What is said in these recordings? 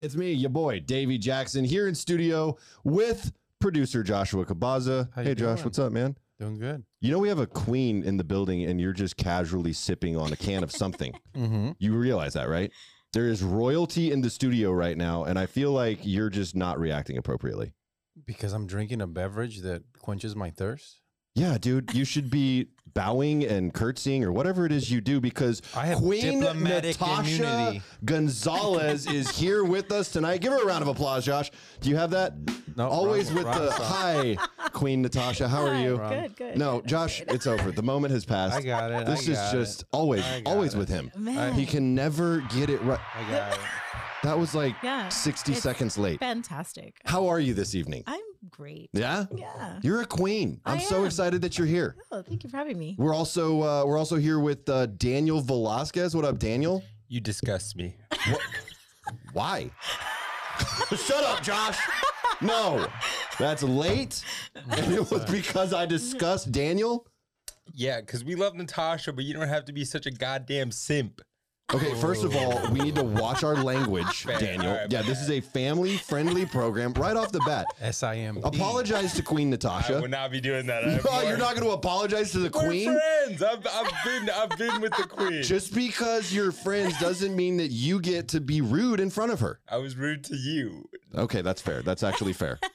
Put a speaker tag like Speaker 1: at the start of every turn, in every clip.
Speaker 1: It's me, your boy Davey Jackson, here in studio with producer Joshua Cabaza.
Speaker 2: How
Speaker 1: Hey,
Speaker 2: you
Speaker 1: Josh,
Speaker 2: doing?
Speaker 1: what's up, man?
Speaker 2: Doing good.
Speaker 1: You know we have a queen in the building, and you're just casually sipping on a can of something.
Speaker 2: Mm-hmm.
Speaker 1: You realize that, right? There is royalty in the studio right now, and I feel like you're just not reacting appropriately.
Speaker 2: Because I'm drinking a beverage that quenches my thirst.
Speaker 1: Yeah, dude, you should be bowing and curtsying or whatever it is you do because
Speaker 2: I have
Speaker 1: Queen
Speaker 2: diplomatic
Speaker 1: Natasha
Speaker 2: immunity.
Speaker 1: Gonzalez is here with us tonight. Give her a round of applause, Josh. Do you have that?
Speaker 2: No,
Speaker 1: Always
Speaker 2: wrong-
Speaker 1: with
Speaker 2: wrong
Speaker 1: the
Speaker 2: song.
Speaker 1: hi, Queen Natasha. How are
Speaker 3: Hi,
Speaker 1: you?
Speaker 2: Wrong.
Speaker 3: Good, good.
Speaker 1: No, Josh, it's over. The moment has
Speaker 2: I
Speaker 1: passed.
Speaker 2: got it.
Speaker 1: This
Speaker 2: I
Speaker 1: is
Speaker 2: got
Speaker 1: just
Speaker 2: It.
Speaker 1: always,
Speaker 2: I got
Speaker 1: always
Speaker 2: it.
Speaker 1: with him.
Speaker 3: Man.
Speaker 1: uh, He can never get it right.
Speaker 2: I got it.
Speaker 1: That was like
Speaker 3: Yeah,
Speaker 1: 60
Speaker 3: it's
Speaker 1: seconds late.
Speaker 3: Fantastic.
Speaker 1: How are you this evening?
Speaker 3: I'm great.
Speaker 1: Yeah?
Speaker 3: Yeah.
Speaker 1: You're a queen. I'm
Speaker 3: I
Speaker 1: so
Speaker 3: am.
Speaker 1: excited that you're here.
Speaker 3: Oh, thank you for having me.
Speaker 1: We're also uh, we're also here with uh, Daniel Velasquez. What up, Daniel?
Speaker 4: You disgust me.
Speaker 1: Why? Shut up, Josh. No, that's late. And it
Speaker 2: uh,
Speaker 1: was because I discussed Daniel.
Speaker 4: Yeah, because we love Natasha, but you don't have to be such a goddamn simp.
Speaker 1: Okay, first of all, we need to watch our language,
Speaker 4: Fair,
Speaker 1: Daniel.
Speaker 4: all right,
Speaker 1: yeah, this is a family friendly program right off the bat.
Speaker 2: S-I-M.
Speaker 1: Apologize to Queen
Speaker 4: I
Speaker 1: Natasha.
Speaker 4: would not be doing that. I have
Speaker 1: Oh,
Speaker 4: more-
Speaker 1: you're not going to apologize to the
Speaker 4: We're
Speaker 1: Queen?
Speaker 4: friends. I've, I've been I've been with the queen.
Speaker 1: Just because you're friends doesn't mean that you get to be rude in front of her.
Speaker 4: I was rude to you.
Speaker 1: Okay, that's fair. That's actually fair.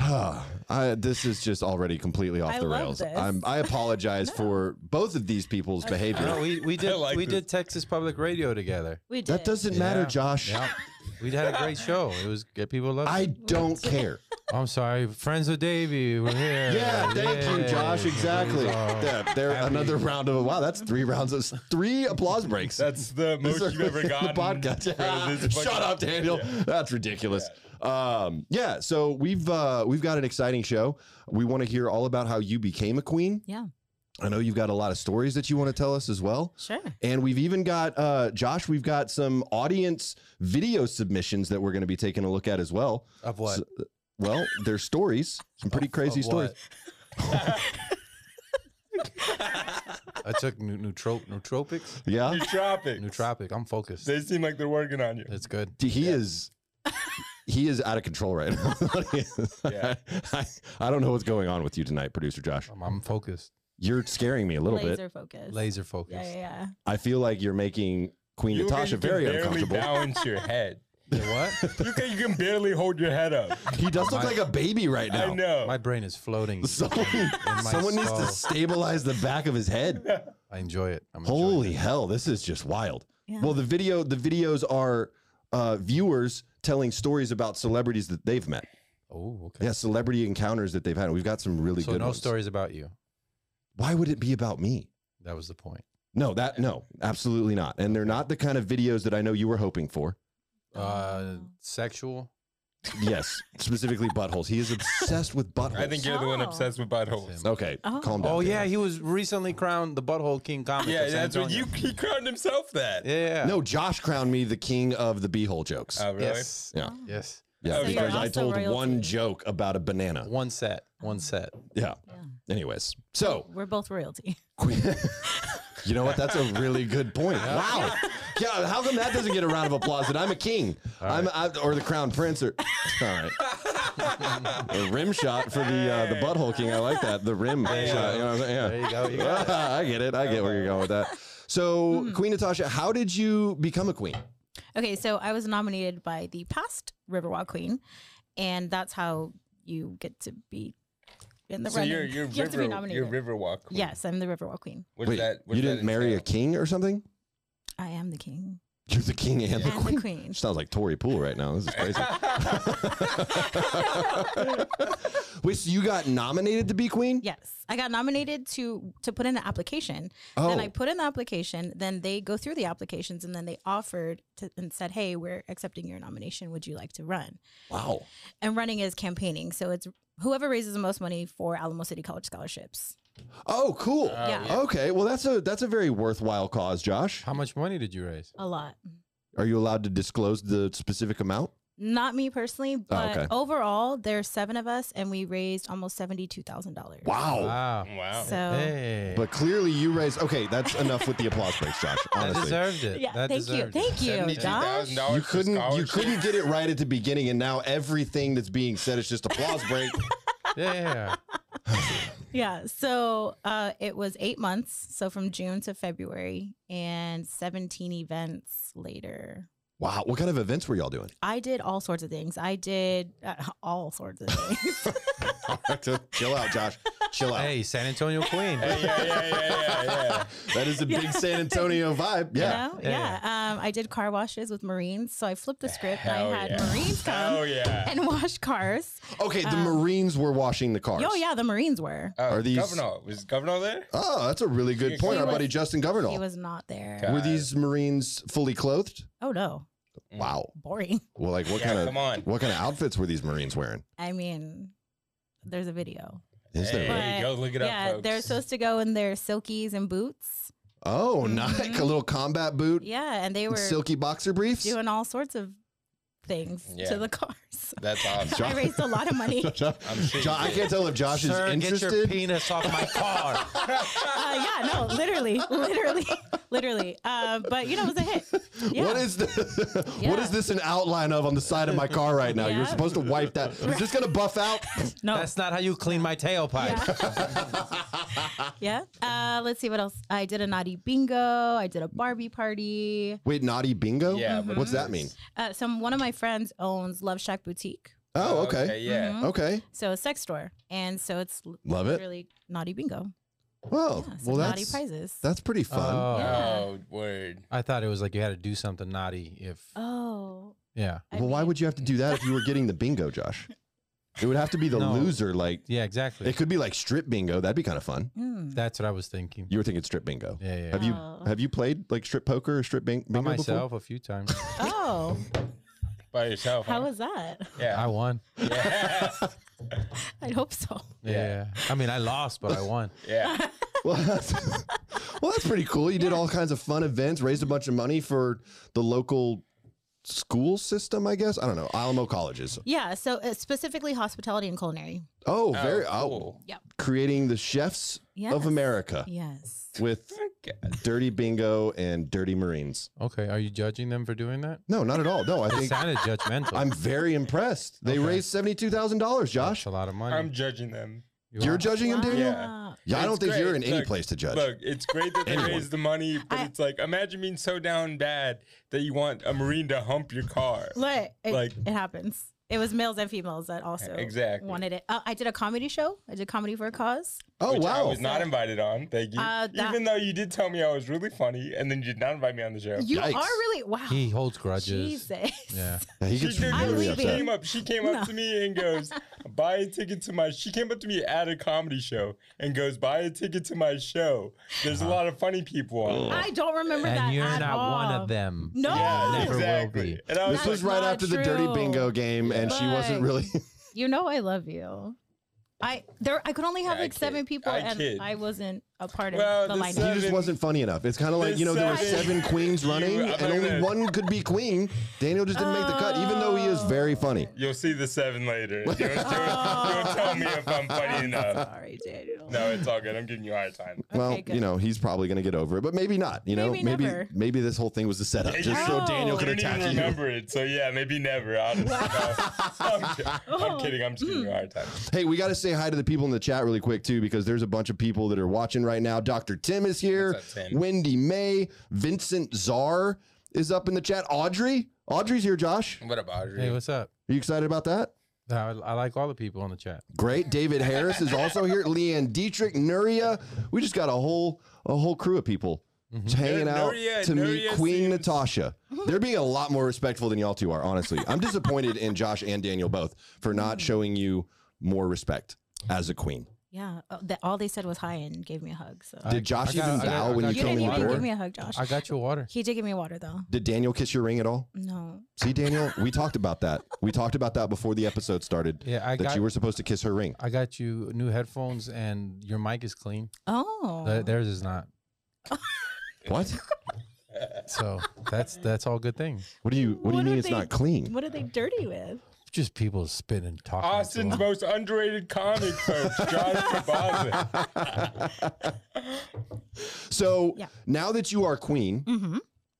Speaker 1: I, this is just already completely off
Speaker 3: I
Speaker 1: the
Speaker 3: love
Speaker 1: rails.
Speaker 3: this.
Speaker 1: I'm, I apologize for both of these people's behavior.
Speaker 4: Oh,
Speaker 2: No, we, we did
Speaker 4: like
Speaker 2: we
Speaker 4: this.
Speaker 2: did Texas Public Radio together.
Speaker 3: We did.
Speaker 1: that doesn't matter,
Speaker 2: Yeah.
Speaker 1: Josh.
Speaker 2: Yeah. we had a great show. It was good. People loved
Speaker 1: I
Speaker 2: it. Oh,
Speaker 1: don't care.
Speaker 2: I'm sorry. Friends with Davey. We're here.
Speaker 1: Yeah, thank you,
Speaker 2: Yay.
Speaker 1: Josh. Exactly.
Speaker 2: These are-
Speaker 1: Yeah, there,
Speaker 2: happy.
Speaker 1: another round of wow. That's three rounds of three applause breaks.
Speaker 4: That's the
Speaker 1: These
Speaker 4: most
Speaker 1: are
Speaker 4: you've ever
Speaker 1: the
Speaker 4: gotten.
Speaker 1: podcast.
Speaker 4: for this fucking-
Speaker 1: Shut up, Daniel.
Speaker 4: Yeah.
Speaker 1: That's ridiculous. Um, yeah. So we've uh, we've got an exciting show. We want to hear all about how you became a queen.
Speaker 3: Yeah.
Speaker 1: I know you've got a lot of stories that you want to tell us as well.
Speaker 3: Sure.
Speaker 1: And we've even got uh, Josh. We've got some audience video submissions that we're going to be taking a look at as well.
Speaker 2: Of what?
Speaker 1: So- Well, they're stories, some pretty crazy
Speaker 2: Of
Speaker 1: stories.
Speaker 2: what? I took nu- nootrop- nootropics.
Speaker 1: Yeah,
Speaker 4: Nootropics.
Speaker 2: Nootropic. I'm focused.
Speaker 4: They seem like they're working on you.
Speaker 2: It's good.
Speaker 1: D- he is. He is out of control right now.
Speaker 4: Yeah.
Speaker 1: I, I don't know what's going on with you tonight, producer Josh.
Speaker 2: I'm, I'm focused.
Speaker 1: You're scaring me a little
Speaker 3: Laser
Speaker 1: bit.
Speaker 3: focus.
Speaker 2: Laser
Speaker 3: Yeah,
Speaker 2: focused.
Speaker 3: yeah, yeah.
Speaker 1: I feel like you're making Queen
Speaker 4: You
Speaker 1: Natasha
Speaker 4: can
Speaker 1: very
Speaker 4: barely
Speaker 1: uncomfortable.
Speaker 4: Balance your head.
Speaker 2: Yeah, what?
Speaker 4: You can you can barely hold your head up.
Speaker 1: He does look like a baby right now.
Speaker 4: I know.
Speaker 2: My brain is floating.
Speaker 1: Someone,
Speaker 2: my
Speaker 1: someone needs to
Speaker 2: skull.
Speaker 1: stabilize the back of his head.
Speaker 2: I enjoy it. I'm enjoying
Speaker 1: Holy
Speaker 2: it.
Speaker 1: hell, this is just wild.
Speaker 3: Yeah.
Speaker 1: Well, the video the videos are uh, viewers telling stories about celebrities that they've met.
Speaker 2: Oh, okay.
Speaker 1: Yeah, celebrity encounters that they've had. We've got some really
Speaker 2: so
Speaker 1: good
Speaker 2: no
Speaker 1: ones.
Speaker 2: stories about you.
Speaker 1: Why would it be about me?
Speaker 2: That was the point.
Speaker 1: No, that no, absolutely not. And they're not the kind of videos that I know you were hoping for.
Speaker 2: Uh,
Speaker 3: Oh.
Speaker 2: sexual.
Speaker 1: Yes, specifically buttholes. He is obsessed with buttholes.
Speaker 4: I think you're the one
Speaker 3: Oh.
Speaker 4: obsessed with buttholes.
Speaker 1: Okay,
Speaker 3: Oh.
Speaker 1: calm down.
Speaker 2: Oh yeah,
Speaker 1: Dana.
Speaker 2: he was recently crowned the Butthole King comic.
Speaker 4: Yeah,
Speaker 2: of San
Speaker 4: that's what you
Speaker 2: Antonio.
Speaker 4: he crowned himself that.
Speaker 2: Yeah.
Speaker 1: No, Josh crowned me the king of the beehole jokes.
Speaker 4: Oh, really?
Speaker 2: Yes.
Speaker 1: yeah.
Speaker 3: Oh.
Speaker 2: Yes.
Speaker 1: Yeah,
Speaker 4: So you're
Speaker 1: because I
Speaker 3: also
Speaker 1: told one
Speaker 3: royalty.
Speaker 1: joke about a banana.
Speaker 2: One set. One set.
Speaker 1: Yeah.
Speaker 3: Yeah.
Speaker 1: Anyways, so
Speaker 3: We're both royalty.
Speaker 1: you know what? That's a really good point. Wow. Yeah. How come that doesn't get a round of applause? That I'm a king. I'm I, or the crown prince or all right. a rim shot for the uh, the butthole king. I like that. The rim shot. You know what I'm saying? Yeah.
Speaker 2: There you go. You got it.
Speaker 1: I get it. I get where you're going with that. So,
Speaker 4: Hmm.
Speaker 1: Queen Natasha, how did you become a queen?
Speaker 3: Okay, so I was nominated by the past Riverwalk Queen, and that's how you get to be in the
Speaker 4: So
Speaker 3: running.
Speaker 4: you're you're
Speaker 3: you have to be
Speaker 4: river
Speaker 3: nominated.
Speaker 4: you're Riverwalk. queen.
Speaker 3: Yes, I'm the Riverwalk Queen.
Speaker 4: What does that? What
Speaker 1: you
Speaker 4: does that
Speaker 1: didn't marry a
Speaker 4: entail?
Speaker 1: king or something?
Speaker 3: I am the king
Speaker 1: You're the king and the
Speaker 3: and
Speaker 1: queen.
Speaker 3: the queen.
Speaker 1: Sounds like Tory Pool right now. This is crazy. Wait, so you got nominated to be queen?
Speaker 3: Yes, I got nominated to to put in an application.
Speaker 1: Oh.
Speaker 3: Then I put in the application. Then they go through the applications, and then they offered to, and said, "Hey, we're accepting your nomination. Would you like to run?"
Speaker 1: Wow.
Speaker 3: And running is campaigning, so it's whoever raises the most money for Alamo City College scholarships.
Speaker 1: Oh, cool.
Speaker 4: Uh,
Speaker 3: Yeah.
Speaker 1: Okay. Well, that's a that's a very worthwhile cause, Josh.
Speaker 2: How much money did you raise?
Speaker 3: A lot.
Speaker 1: Are you allowed to disclose the specific amount?
Speaker 3: Not me personally, but
Speaker 1: Oh, okay.
Speaker 3: overall, there's seven of us, and we raised almost seventy-two thousand dollars.
Speaker 1: Wow.
Speaker 2: Wow.
Speaker 4: Wow.
Speaker 3: So
Speaker 2: Hey.
Speaker 1: Oh. But clearly you raised. Okay, that's enough with the applause breaks, Josh.
Speaker 2: that
Speaker 1: Honestly.
Speaker 2: deserved it.
Speaker 3: yeah,
Speaker 2: that
Speaker 3: thank you,
Speaker 2: deserved it.
Speaker 3: thank you, Josh.
Speaker 4: $72,000
Speaker 1: You
Speaker 4: for
Speaker 1: couldn't you
Speaker 4: scholarships.
Speaker 1: couldn't get it right at the beginning and now everything that's being said is just applause break.
Speaker 2: Yeah, yeah, yeah.
Speaker 3: Yeah, so uh, it was eight months, so from June to February, and seventeen events later.
Speaker 1: Wow, what kind of events were y'all doing?
Speaker 3: I did all sorts of things. I did uh, all sorts of things.
Speaker 1: Chill out, Josh. Chill out.
Speaker 2: Hey, San Antonio Queen.
Speaker 4: Yeah, yeah, yeah, yeah, yeah, yeah.
Speaker 1: That is a big
Speaker 3: Yeah.
Speaker 1: San Antonio vibe.
Speaker 3: You
Speaker 1: Yeah.
Speaker 3: know?
Speaker 2: Yeah,
Speaker 3: yeah. Um, I did car washes with Marines. So I flipped the script.
Speaker 4: Hell
Speaker 3: I had
Speaker 4: yeah.
Speaker 3: Marines come
Speaker 4: Oh yeah.
Speaker 3: and wash cars.
Speaker 1: Okay, the
Speaker 3: Um,
Speaker 1: Marines were washing the cars.
Speaker 3: Oh, yeah, the Marines were.
Speaker 4: Oh,
Speaker 1: Are these-
Speaker 4: Governor? Was Governor there?
Speaker 1: Oh, that's a really good point.
Speaker 3: He
Speaker 1: Our
Speaker 3: was-
Speaker 1: buddy Justin Governor.
Speaker 3: He was not there.
Speaker 4: Okay.
Speaker 1: Were these Marines fully clothed?
Speaker 3: Oh, no.
Speaker 1: Wow.
Speaker 3: Boring.
Speaker 1: Well, like what
Speaker 4: yeah,
Speaker 1: kind
Speaker 4: come
Speaker 1: of
Speaker 4: on.
Speaker 1: what kind of outfits were these Marines wearing?
Speaker 3: I mean, there's a video.
Speaker 1: Is there?
Speaker 3: But-
Speaker 4: Hey, go look it up,
Speaker 3: yeah,
Speaker 4: folks.
Speaker 3: they're supposed to go in their silkies and boots.
Speaker 1: Oh, nice.
Speaker 3: Mhm.
Speaker 1: A little combat boot,
Speaker 3: Yeah, and they
Speaker 1: and
Speaker 3: were
Speaker 1: silky boxer briefs.
Speaker 3: doing all sorts of things
Speaker 4: Yeah.
Speaker 3: to the cars.
Speaker 4: That's awesome.
Speaker 3: I raised a lot of money.
Speaker 1: John,
Speaker 4: I'm sure you
Speaker 1: John- I
Speaker 4: did.
Speaker 1: can't tell if Josh
Speaker 2: Sir,
Speaker 1: is
Speaker 2: get your
Speaker 1: interested.
Speaker 2: penis off my car.
Speaker 3: uh, yeah, no, literally, literally, literally. Uh, but you know, it was a hit. Yeah.
Speaker 1: What is the, what
Speaker 3: Yeah.
Speaker 1: is this an outline of on the side of my car right now? You're
Speaker 3: Yeah.
Speaker 1: supposed to wipe that. Is this gonna buff out?
Speaker 3: no?
Speaker 2: That's not how you clean my tailpipe.
Speaker 3: yeah. Uh, let's see what else. I did a naughty bingo. I did a Barbie party.
Speaker 1: Wait, naughty bingo.
Speaker 4: Yeah,
Speaker 3: Mm-hmm.
Speaker 4: but
Speaker 1: What's that mean?
Speaker 3: Uh, some one of my friends owns Love Shack Boutique,
Speaker 1: Oh, okay.
Speaker 4: Yeah.
Speaker 3: Mhm.
Speaker 1: Okay.
Speaker 3: so a sex store, and so it's l-
Speaker 1: Love it.
Speaker 3: literally naughty bingo.
Speaker 1: Well,
Speaker 3: Yeah, some
Speaker 1: well,
Speaker 3: naughty
Speaker 1: that's
Speaker 3: prizes.
Speaker 1: that's pretty fun.
Speaker 2: Oh.
Speaker 3: Yeah.
Speaker 4: Oh, word.
Speaker 2: I thought it was like you had to do something naughty if
Speaker 3: oh.
Speaker 2: yeah.
Speaker 3: I
Speaker 1: well, why
Speaker 3: mean-
Speaker 1: would you have to do that if you were getting the bingo, Josh? It would have to be the
Speaker 2: No.
Speaker 1: loser. Like
Speaker 2: Yeah, exactly.
Speaker 1: it could be like strip bingo. That'd be kind of fun.
Speaker 3: Mm.
Speaker 2: That's what I was thinking.
Speaker 1: You were thinking strip bingo.
Speaker 2: yeah, yeah.
Speaker 1: Have you
Speaker 3: Oh.
Speaker 1: have you played like strip poker or strip bing-
Speaker 2: By
Speaker 1: bingo
Speaker 2: myself a few times.
Speaker 3: Oh,
Speaker 4: By yourself.
Speaker 3: how
Speaker 4: huh?
Speaker 3: was that?
Speaker 4: yeah.
Speaker 2: I won.
Speaker 4: yeah.
Speaker 3: I'd hope so.
Speaker 2: Yeah.
Speaker 4: Yeah.
Speaker 2: I mean, I lost, but I won.
Speaker 4: yeah.
Speaker 1: before? Well, that's, well, that's pretty cool. You did all kinds of fun events, raised a bunch of money for the local school system. I guess I don't know Alamo colleges.
Speaker 3: Yeah. So uh, specifically hospitality and culinary.
Speaker 1: Oh, very oh,
Speaker 4: cool.
Speaker 1: creating the chefs
Speaker 3: Yes.
Speaker 1: of America
Speaker 3: Yes.
Speaker 1: with
Speaker 4: God.
Speaker 1: dirty bingo and dirty Marines.
Speaker 2: Okay. Are you judging them for doing that?
Speaker 1: No, not at all. No, I
Speaker 2: It
Speaker 1: think
Speaker 2: sounded judgmental.
Speaker 1: I'm very impressed. They
Speaker 2: Okay.
Speaker 1: raised seventy two thousand dollars,
Speaker 2: That's
Speaker 1: Josh.
Speaker 2: a lot of money.
Speaker 4: I'm judging them.
Speaker 2: You
Speaker 1: You're
Speaker 2: are.
Speaker 1: judging him, Daniel. Yeah,
Speaker 3: Wow.
Speaker 1: I don't
Speaker 4: It's
Speaker 1: think you're
Speaker 4: great.
Speaker 1: in any
Speaker 4: Look,
Speaker 1: place to judge.
Speaker 4: Look, it's great that they
Speaker 1: Anyone.
Speaker 4: raised the money, but
Speaker 3: I-
Speaker 4: it's like imagine being so down bad that you want a marine to hump your car.
Speaker 3: Look, it,
Speaker 4: Like-
Speaker 3: it happens. It was males and females that also
Speaker 4: Exactly.
Speaker 3: wanted it. Uh, I did a comedy show. I did comedy for a cause.
Speaker 1: oh
Speaker 4: which I
Speaker 1: wow,
Speaker 4: was not invited on. Thank you.
Speaker 3: Uh, that-
Speaker 4: Even though you did tell me I was really funny, and then you did not invite me on the show.
Speaker 3: You
Speaker 1: Yikes.
Speaker 3: are really wow.
Speaker 2: He holds grudges.
Speaker 3: Jesus.
Speaker 2: Yeah.
Speaker 1: Yeah, he
Speaker 4: She,
Speaker 1: gets
Speaker 4: did-
Speaker 3: I'm
Speaker 1: really
Speaker 4: she
Speaker 3: leaving.
Speaker 1: upset.
Speaker 4: came up. She came up
Speaker 3: No.
Speaker 4: to me and goes, "Buy a ticket to my." She came up to me at a comedy show and goes, "Buy a ticket to my show." There's
Speaker 1: Uh-huh.
Speaker 4: a lot of funny people on.
Speaker 3: I don't remember that
Speaker 2: And you're
Speaker 3: at
Speaker 2: not
Speaker 3: all.
Speaker 2: one of them.
Speaker 3: No.
Speaker 4: Yeah,
Speaker 2: Never will
Speaker 4: exactly.
Speaker 2: be.
Speaker 4: And I was
Speaker 1: This was
Speaker 3: That's
Speaker 1: right
Speaker 3: not
Speaker 1: after the dirty
Speaker 3: true.
Speaker 1: bingo game, and she wasn't
Speaker 3: But-
Speaker 1: really.
Speaker 3: You know I love you. I there I could only have
Speaker 4: I
Speaker 3: like seven
Speaker 4: kid.
Speaker 3: people
Speaker 4: I
Speaker 3: and
Speaker 4: kid.
Speaker 3: I wasn't a part of
Speaker 4: Well,
Speaker 3: the
Speaker 4: the
Speaker 3: lineup.
Speaker 1: he just
Speaker 4: Seven.
Speaker 1: wasn't funny enough. It's kind of like
Speaker 4: The
Speaker 1: you know there were
Speaker 4: seven.
Speaker 1: seven queens
Speaker 4: You-
Speaker 1: running,
Speaker 4: I'm
Speaker 1: and
Speaker 4: not
Speaker 1: only
Speaker 4: gonna-
Speaker 1: one could be queen. Daniel just didn't make the cut, even though he is very funny.
Speaker 4: You'll see the seven later. You'll, you'll- you'll tell me if I'm funny enough.
Speaker 3: Sorry, Daniel.
Speaker 4: No, it's all good. I'm giving you a hard time.
Speaker 1: Well,
Speaker 3: Okay, good.
Speaker 1: you know he's probably gonna get over it, but maybe not. You know,
Speaker 3: Maybe
Speaker 1: maybe
Speaker 3: never.
Speaker 1: maybe this whole thing was a setup,
Speaker 4: Yeah,
Speaker 1: just
Speaker 4: you-
Speaker 1: so
Speaker 3: Oh.
Speaker 1: Daniel
Speaker 4: I
Speaker 1: could
Speaker 4: don't even
Speaker 1: attack you.
Speaker 4: remember it, so yeah, maybe never. Honestly, no. I'm, ki-
Speaker 3: Oh.
Speaker 4: I'm kidding. I'm just giving you a hard time.
Speaker 1: Hey, we got to say hi to the people in the chat really quick too, because there's a bunch of people that are watching right now. Dr. Tim is here.
Speaker 4: What's up, Tim?
Speaker 1: Wendy May, Vincent Czar is up in the chat. Audrey, Audrey's here. Josh,
Speaker 4: What about
Speaker 2: Hey, what's up?
Speaker 1: are you excited about that?
Speaker 2: I, I like all the people on the chat.
Speaker 1: Great. David Harris is also here. Leanne Dietrich, Nuria. We just got a whole a whole crew of people just hanging
Speaker 4: Yeah,
Speaker 1: out
Speaker 4: Mm-hmm. Nuria-
Speaker 1: to meet
Speaker 4: Nuria
Speaker 1: Queen
Speaker 4: seems-
Speaker 1: Natasha. They're being a lot more respectful than y'all two are, honestly. I'm disappointed in Josh and Daniel both for
Speaker 4: Mm.
Speaker 1: not showing you more respect as a queen.
Speaker 3: Yeah, oh, that all they said was hi and gave me a hug. So
Speaker 1: Did Josh
Speaker 2: I got-
Speaker 1: even
Speaker 2: I got-
Speaker 1: bow
Speaker 2: I
Speaker 1: when you
Speaker 2: got
Speaker 3: you
Speaker 1: came in
Speaker 3: didn't
Speaker 1: the
Speaker 3: even
Speaker 1: door?
Speaker 3: give me a hug, Josh.
Speaker 2: I got your water.
Speaker 3: he did give me water though.
Speaker 1: Did Daniel kiss your ring at all?
Speaker 3: No.
Speaker 1: See, Daniel, we talked about that. We talked about that before the episode started.
Speaker 2: Yeah, I
Speaker 1: that
Speaker 2: got
Speaker 1: you were supposed to kiss her ring.
Speaker 2: I got you new headphones and your mic is clean.
Speaker 3: Oh.
Speaker 2: Th- theirs is not.
Speaker 1: What?
Speaker 2: So that's that's all good things.
Speaker 1: What do you What, do you
Speaker 3: What
Speaker 1: mean
Speaker 3: are
Speaker 1: it's
Speaker 3: they-
Speaker 1: not clean?
Speaker 3: What are they dirty with?
Speaker 2: Just people spitting and talking. into
Speaker 4: Austin's
Speaker 2: them.
Speaker 4: most underrated comic, folks, Josh Kabaza.
Speaker 1: So
Speaker 3: Yeah.
Speaker 1: now that you are queen,
Speaker 3: Mm-hmm.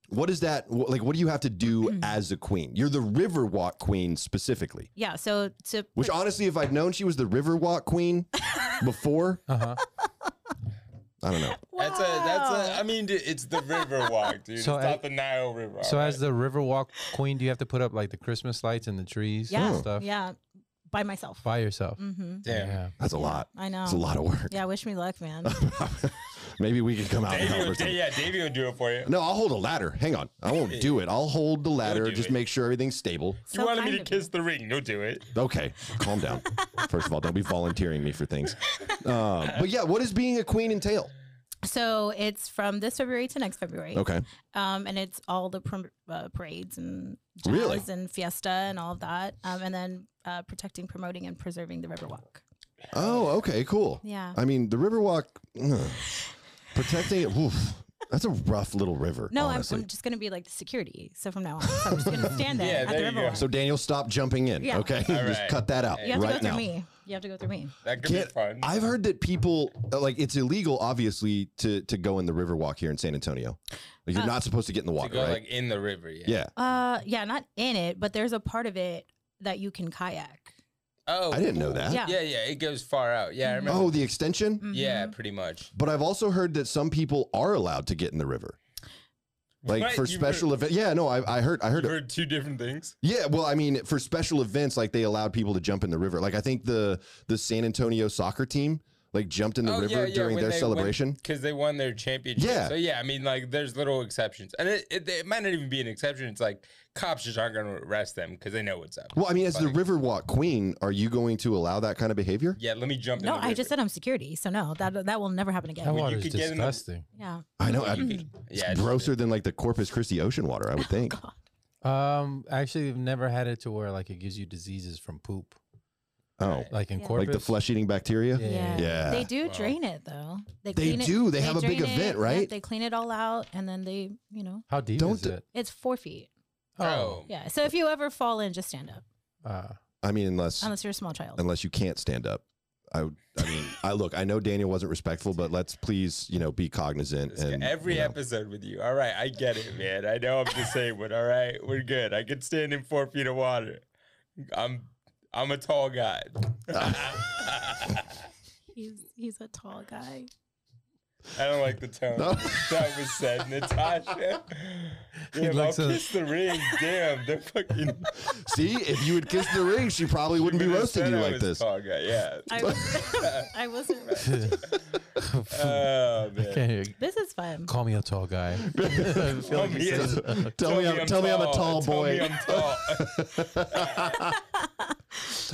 Speaker 1: what is that wh- like? What do you have to do as a queen? You're the Riverwalk queen specifically.
Speaker 3: Yeah. So to
Speaker 1: Which honestly, if I'd known she was the Riverwalk queen before,
Speaker 2: Uh-huh.
Speaker 1: I don't know.
Speaker 4: That's a, that's a,
Speaker 3: Wow.
Speaker 4: I mean, dude, it's the river walk, dude.
Speaker 2: So
Speaker 4: it's
Speaker 2: I-
Speaker 4: not the Nile River.
Speaker 2: So
Speaker 4: all
Speaker 2: as
Speaker 4: right?
Speaker 2: the Riverwalk queen, do you have to put up like the Christmas lights and the trees
Speaker 3: yeah,
Speaker 2: and stuff
Speaker 3: yeah, by myself.
Speaker 2: by yourself?
Speaker 3: Mm-hmm.
Speaker 4: Damn.
Speaker 2: Yeah.
Speaker 1: That's a lot.
Speaker 3: I know.
Speaker 1: It's a lot of work.
Speaker 3: Yeah. Wish me luck, man.
Speaker 1: Maybe we could come out and
Speaker 4: Davey
Speaker 1: help
Speaker 4: will,
Speaker 1: or something.
Speaker 4: yeah, Davey will do it for you.
Speaker 1: No, I'll hold a ladder. Hang on. I won't do it. I'll hold the ladder.
Speaker 4: do
Speaker 1: Just
Speaker 4: it.
Speaker 1: make sure everything's stable.
Speaker 4: You
Speaker 3: So
Speaker 4: wanted
Speaker 3: kind
Speaker 4: me to
Speaker 3: of you.
Speaker 4: kiss the ring. You'll do it.
Speaker 1: Okay, calm down. First of all, don't be volunteering me for things. Um, but yeah, what does being a queen entail?
Speaker 3: So it's from this February to next February.
Speaker 1: Okay.
Speaker 3: Um, and it's all the prom- uh, parades and jazz
Speaker 1: Really?
Speaker 3: and fiesta and all of that. Um, and then uh, protecting, promoting, and preserving the Riverwalk.
Speaker 1: Oh, okay, cool.
Speaker 3: Yeah.
Speaker 1: I mean, the Riverwalk, ugh, protecting it. Oof, that's a rough little river.
Speaker 3: No, I'm,
Speaker 1: honestly.
Speaker 3: I'm just going to be like the security. So from now on, so I'm just going to stand there
Speaker 4: Yeah,
Speaker 3: at
Speaker 4: there you
Speaker 3: the
Speaker 4: go.
Speaker 3: Riverwalk.
Speaker 1: so Daniel, stop jumping in.
Speaker 3: Yeah.
Speaker 1: Okay,
Speaker 4: All
Speaker 1: just
Speaker 4: right.
Speaker 1: cut that out
Speaker 3: you have to
Speaker 1: right
Speaker 3: go through
Speaker 1: now.
Speaker 3: me. You have to go through me.
Speaker 4: That could
Speaker 1: Can't-
Speaker 4: be fun.
Speaker 1: I've heard that people uh, like it's illegal, obviously, to to go in the Riverwalk here in San Antonio. Like, you're
Speaker 3: Uh,
Speaker 1: not supposed to get in the
Speaker 4: to
Speaker 1: water,
Speaker 4: go
Speaker 1: right?
Speaker 4: like in the river. Yeah.
Speaker 1: yeah.
Speaker 3: Uh, yeah, not in it, but there's a part of it that you can kayak.
Speaker 4: Oh,
Speaker 1: I didn't know
Speaker 4: cool.
Speaker 1: that.
Speaker 3: Yeah.
Speaker 4: Yeah, yeah. It goes far out. Yeah, I
Speaker 3: Mhm.
Speaker 4: remember.
Speaker 1: Oh, the extension.
Speaker 4: Yeah,
Speaker 3: Mhm.
Speaker 4: pretty much.
Speaker 1: But I've also heard that some people are allowed to get in the river, like
Speaker 4: What?
Speaker 1: for
Speaker 4: You've
Speaker 1: special event. Yeah, no, I, I heard, I heard.
Speaker 4: Heard, you heard two different things.
Speaker 1: Yeah, well, I mean, for special events, like they allowed people to jump in the river. Like I think the the San Antonio soccer team like jumped in the
Speaker 4: Oh,
Speaker 1: river during
Speaker 4: when
Speaker 1: their
Speaker 4: they win-
Speaker 1: celebration.
Speaker 4: because they won their championship.
Speaker 1: Yeah.
Speaker 4: So yeah, I mean, like, there's little exceptions, and it, it, it might not even be an exception. It's like cops just aren't going to arrest them because they know what's up.
Speaker 1: well, I mean, as the
Speaker 4: Like,
Speaker 1: Riverwalk queen, are you going to allow that kind of behavior?
Speaker 4: Yeah, let me jump.
Speaker 3: No,
Speaker 4: in the
Speaker 3: I just
Speaker 4: river.
Speaker 3: said I'm security, so no, that that will never happen
Speaker 2: That
Speaker 3: again.
Speaker 4: would-
Speaker 2: water's
Speaker 4: could get in the-
Speaker 2: disgusting.
Speaker 3: Yeah.
Speaker 1: I know. I,
Speaker 4: You
Speaker 1: it's
Speaker 4: could- yeah, it's-
Speaker 1: grosser than like the Corpus Christi ocean water, I would think.
Speaker 3: God.
Speaker 2: Um, actually, I've never had it to where like it gives you diseases from poop,
Speaker 1: Oh,
Speaker 2: like in
Speaker 3: Yeah.
Speaker 2: corpus.
Speaker 1: like the flesh eating bacteria.
Speaker 2: Yeah.
Speaker 1: Yeah.
Speaker 3: They do
Speaker 4: Wow.
Speaker 3: drain it though.
Speaker 1: They
Speaker 3: clean it-
Speaker 1: do. They have a big
Speaker 3: drain
Speaker 1: event,
Speaker 3: it,
Speaker 1: right?
Speaker 3: they clean it all out, and then they, you know,
Speaker 2: How deep
Speaker 1: Don't
Speaker 2: is
Speaker 1: d-
Speaker 2: it?
Speaker 3: it's four feet.
Speaker 4: Oh,
Speaker 3: Yeah. So if you ever fall in, just stand up,
Speaker 2: Uh,
Speaker 1: I mean, unless
Speaker 3: unless you're a small child.
Speaker 1: unless you can't stand up. I, would- I mean, I look. I know Daniel wasn't respectful, but let's please, you know, be cognizant.
Speaker 4: This guy-
Speaker 1: And
Speaker 4: every
Speaker 1: you know.
Speaker 4: episode with you. All right, I get it, man. I know I'm disabled. All right, we're good. I can stand in four feet of water. I'm I'm a tall guy. I
Speaker 3: He's he's a tall guy.
Speaker 4: don't like the tone
Speaker 1: No.
Speaker 4: that was said, Natasha.
Speaker 2: He
Speaker 4: Damn, I'll
Speaker 2: looks a-
Speaker 4: kiss the ring. Damn, they're fucking.
Speaker 1: See, if you would kiss the ring, she probably wouldn't be
Speaker 4: would've
Speaker 1: roasting
Speaker 4: said
Speaker 1: you
Speaker 4: I
Speaker 1: like
Speaker 4: was
Speaker 1: this.
Speaker 4: Tall guy. Yeah.
Speaker 3: I, I wasn't.
Speaker 4: Oh man.
Speaker 2: okay,
Speaker 3: This is fun.
Speaker 2: call me a tall guy. I feel like
Speaker 4: me
Speaker 2: you
Speaker 4: a-
Speaker 2: said-
Speaker 1: tell, me, I'm, tell me I'm a tall
Speaker 4: Tell me
Speaker 1: boy.
Speaker 4: I'm tall.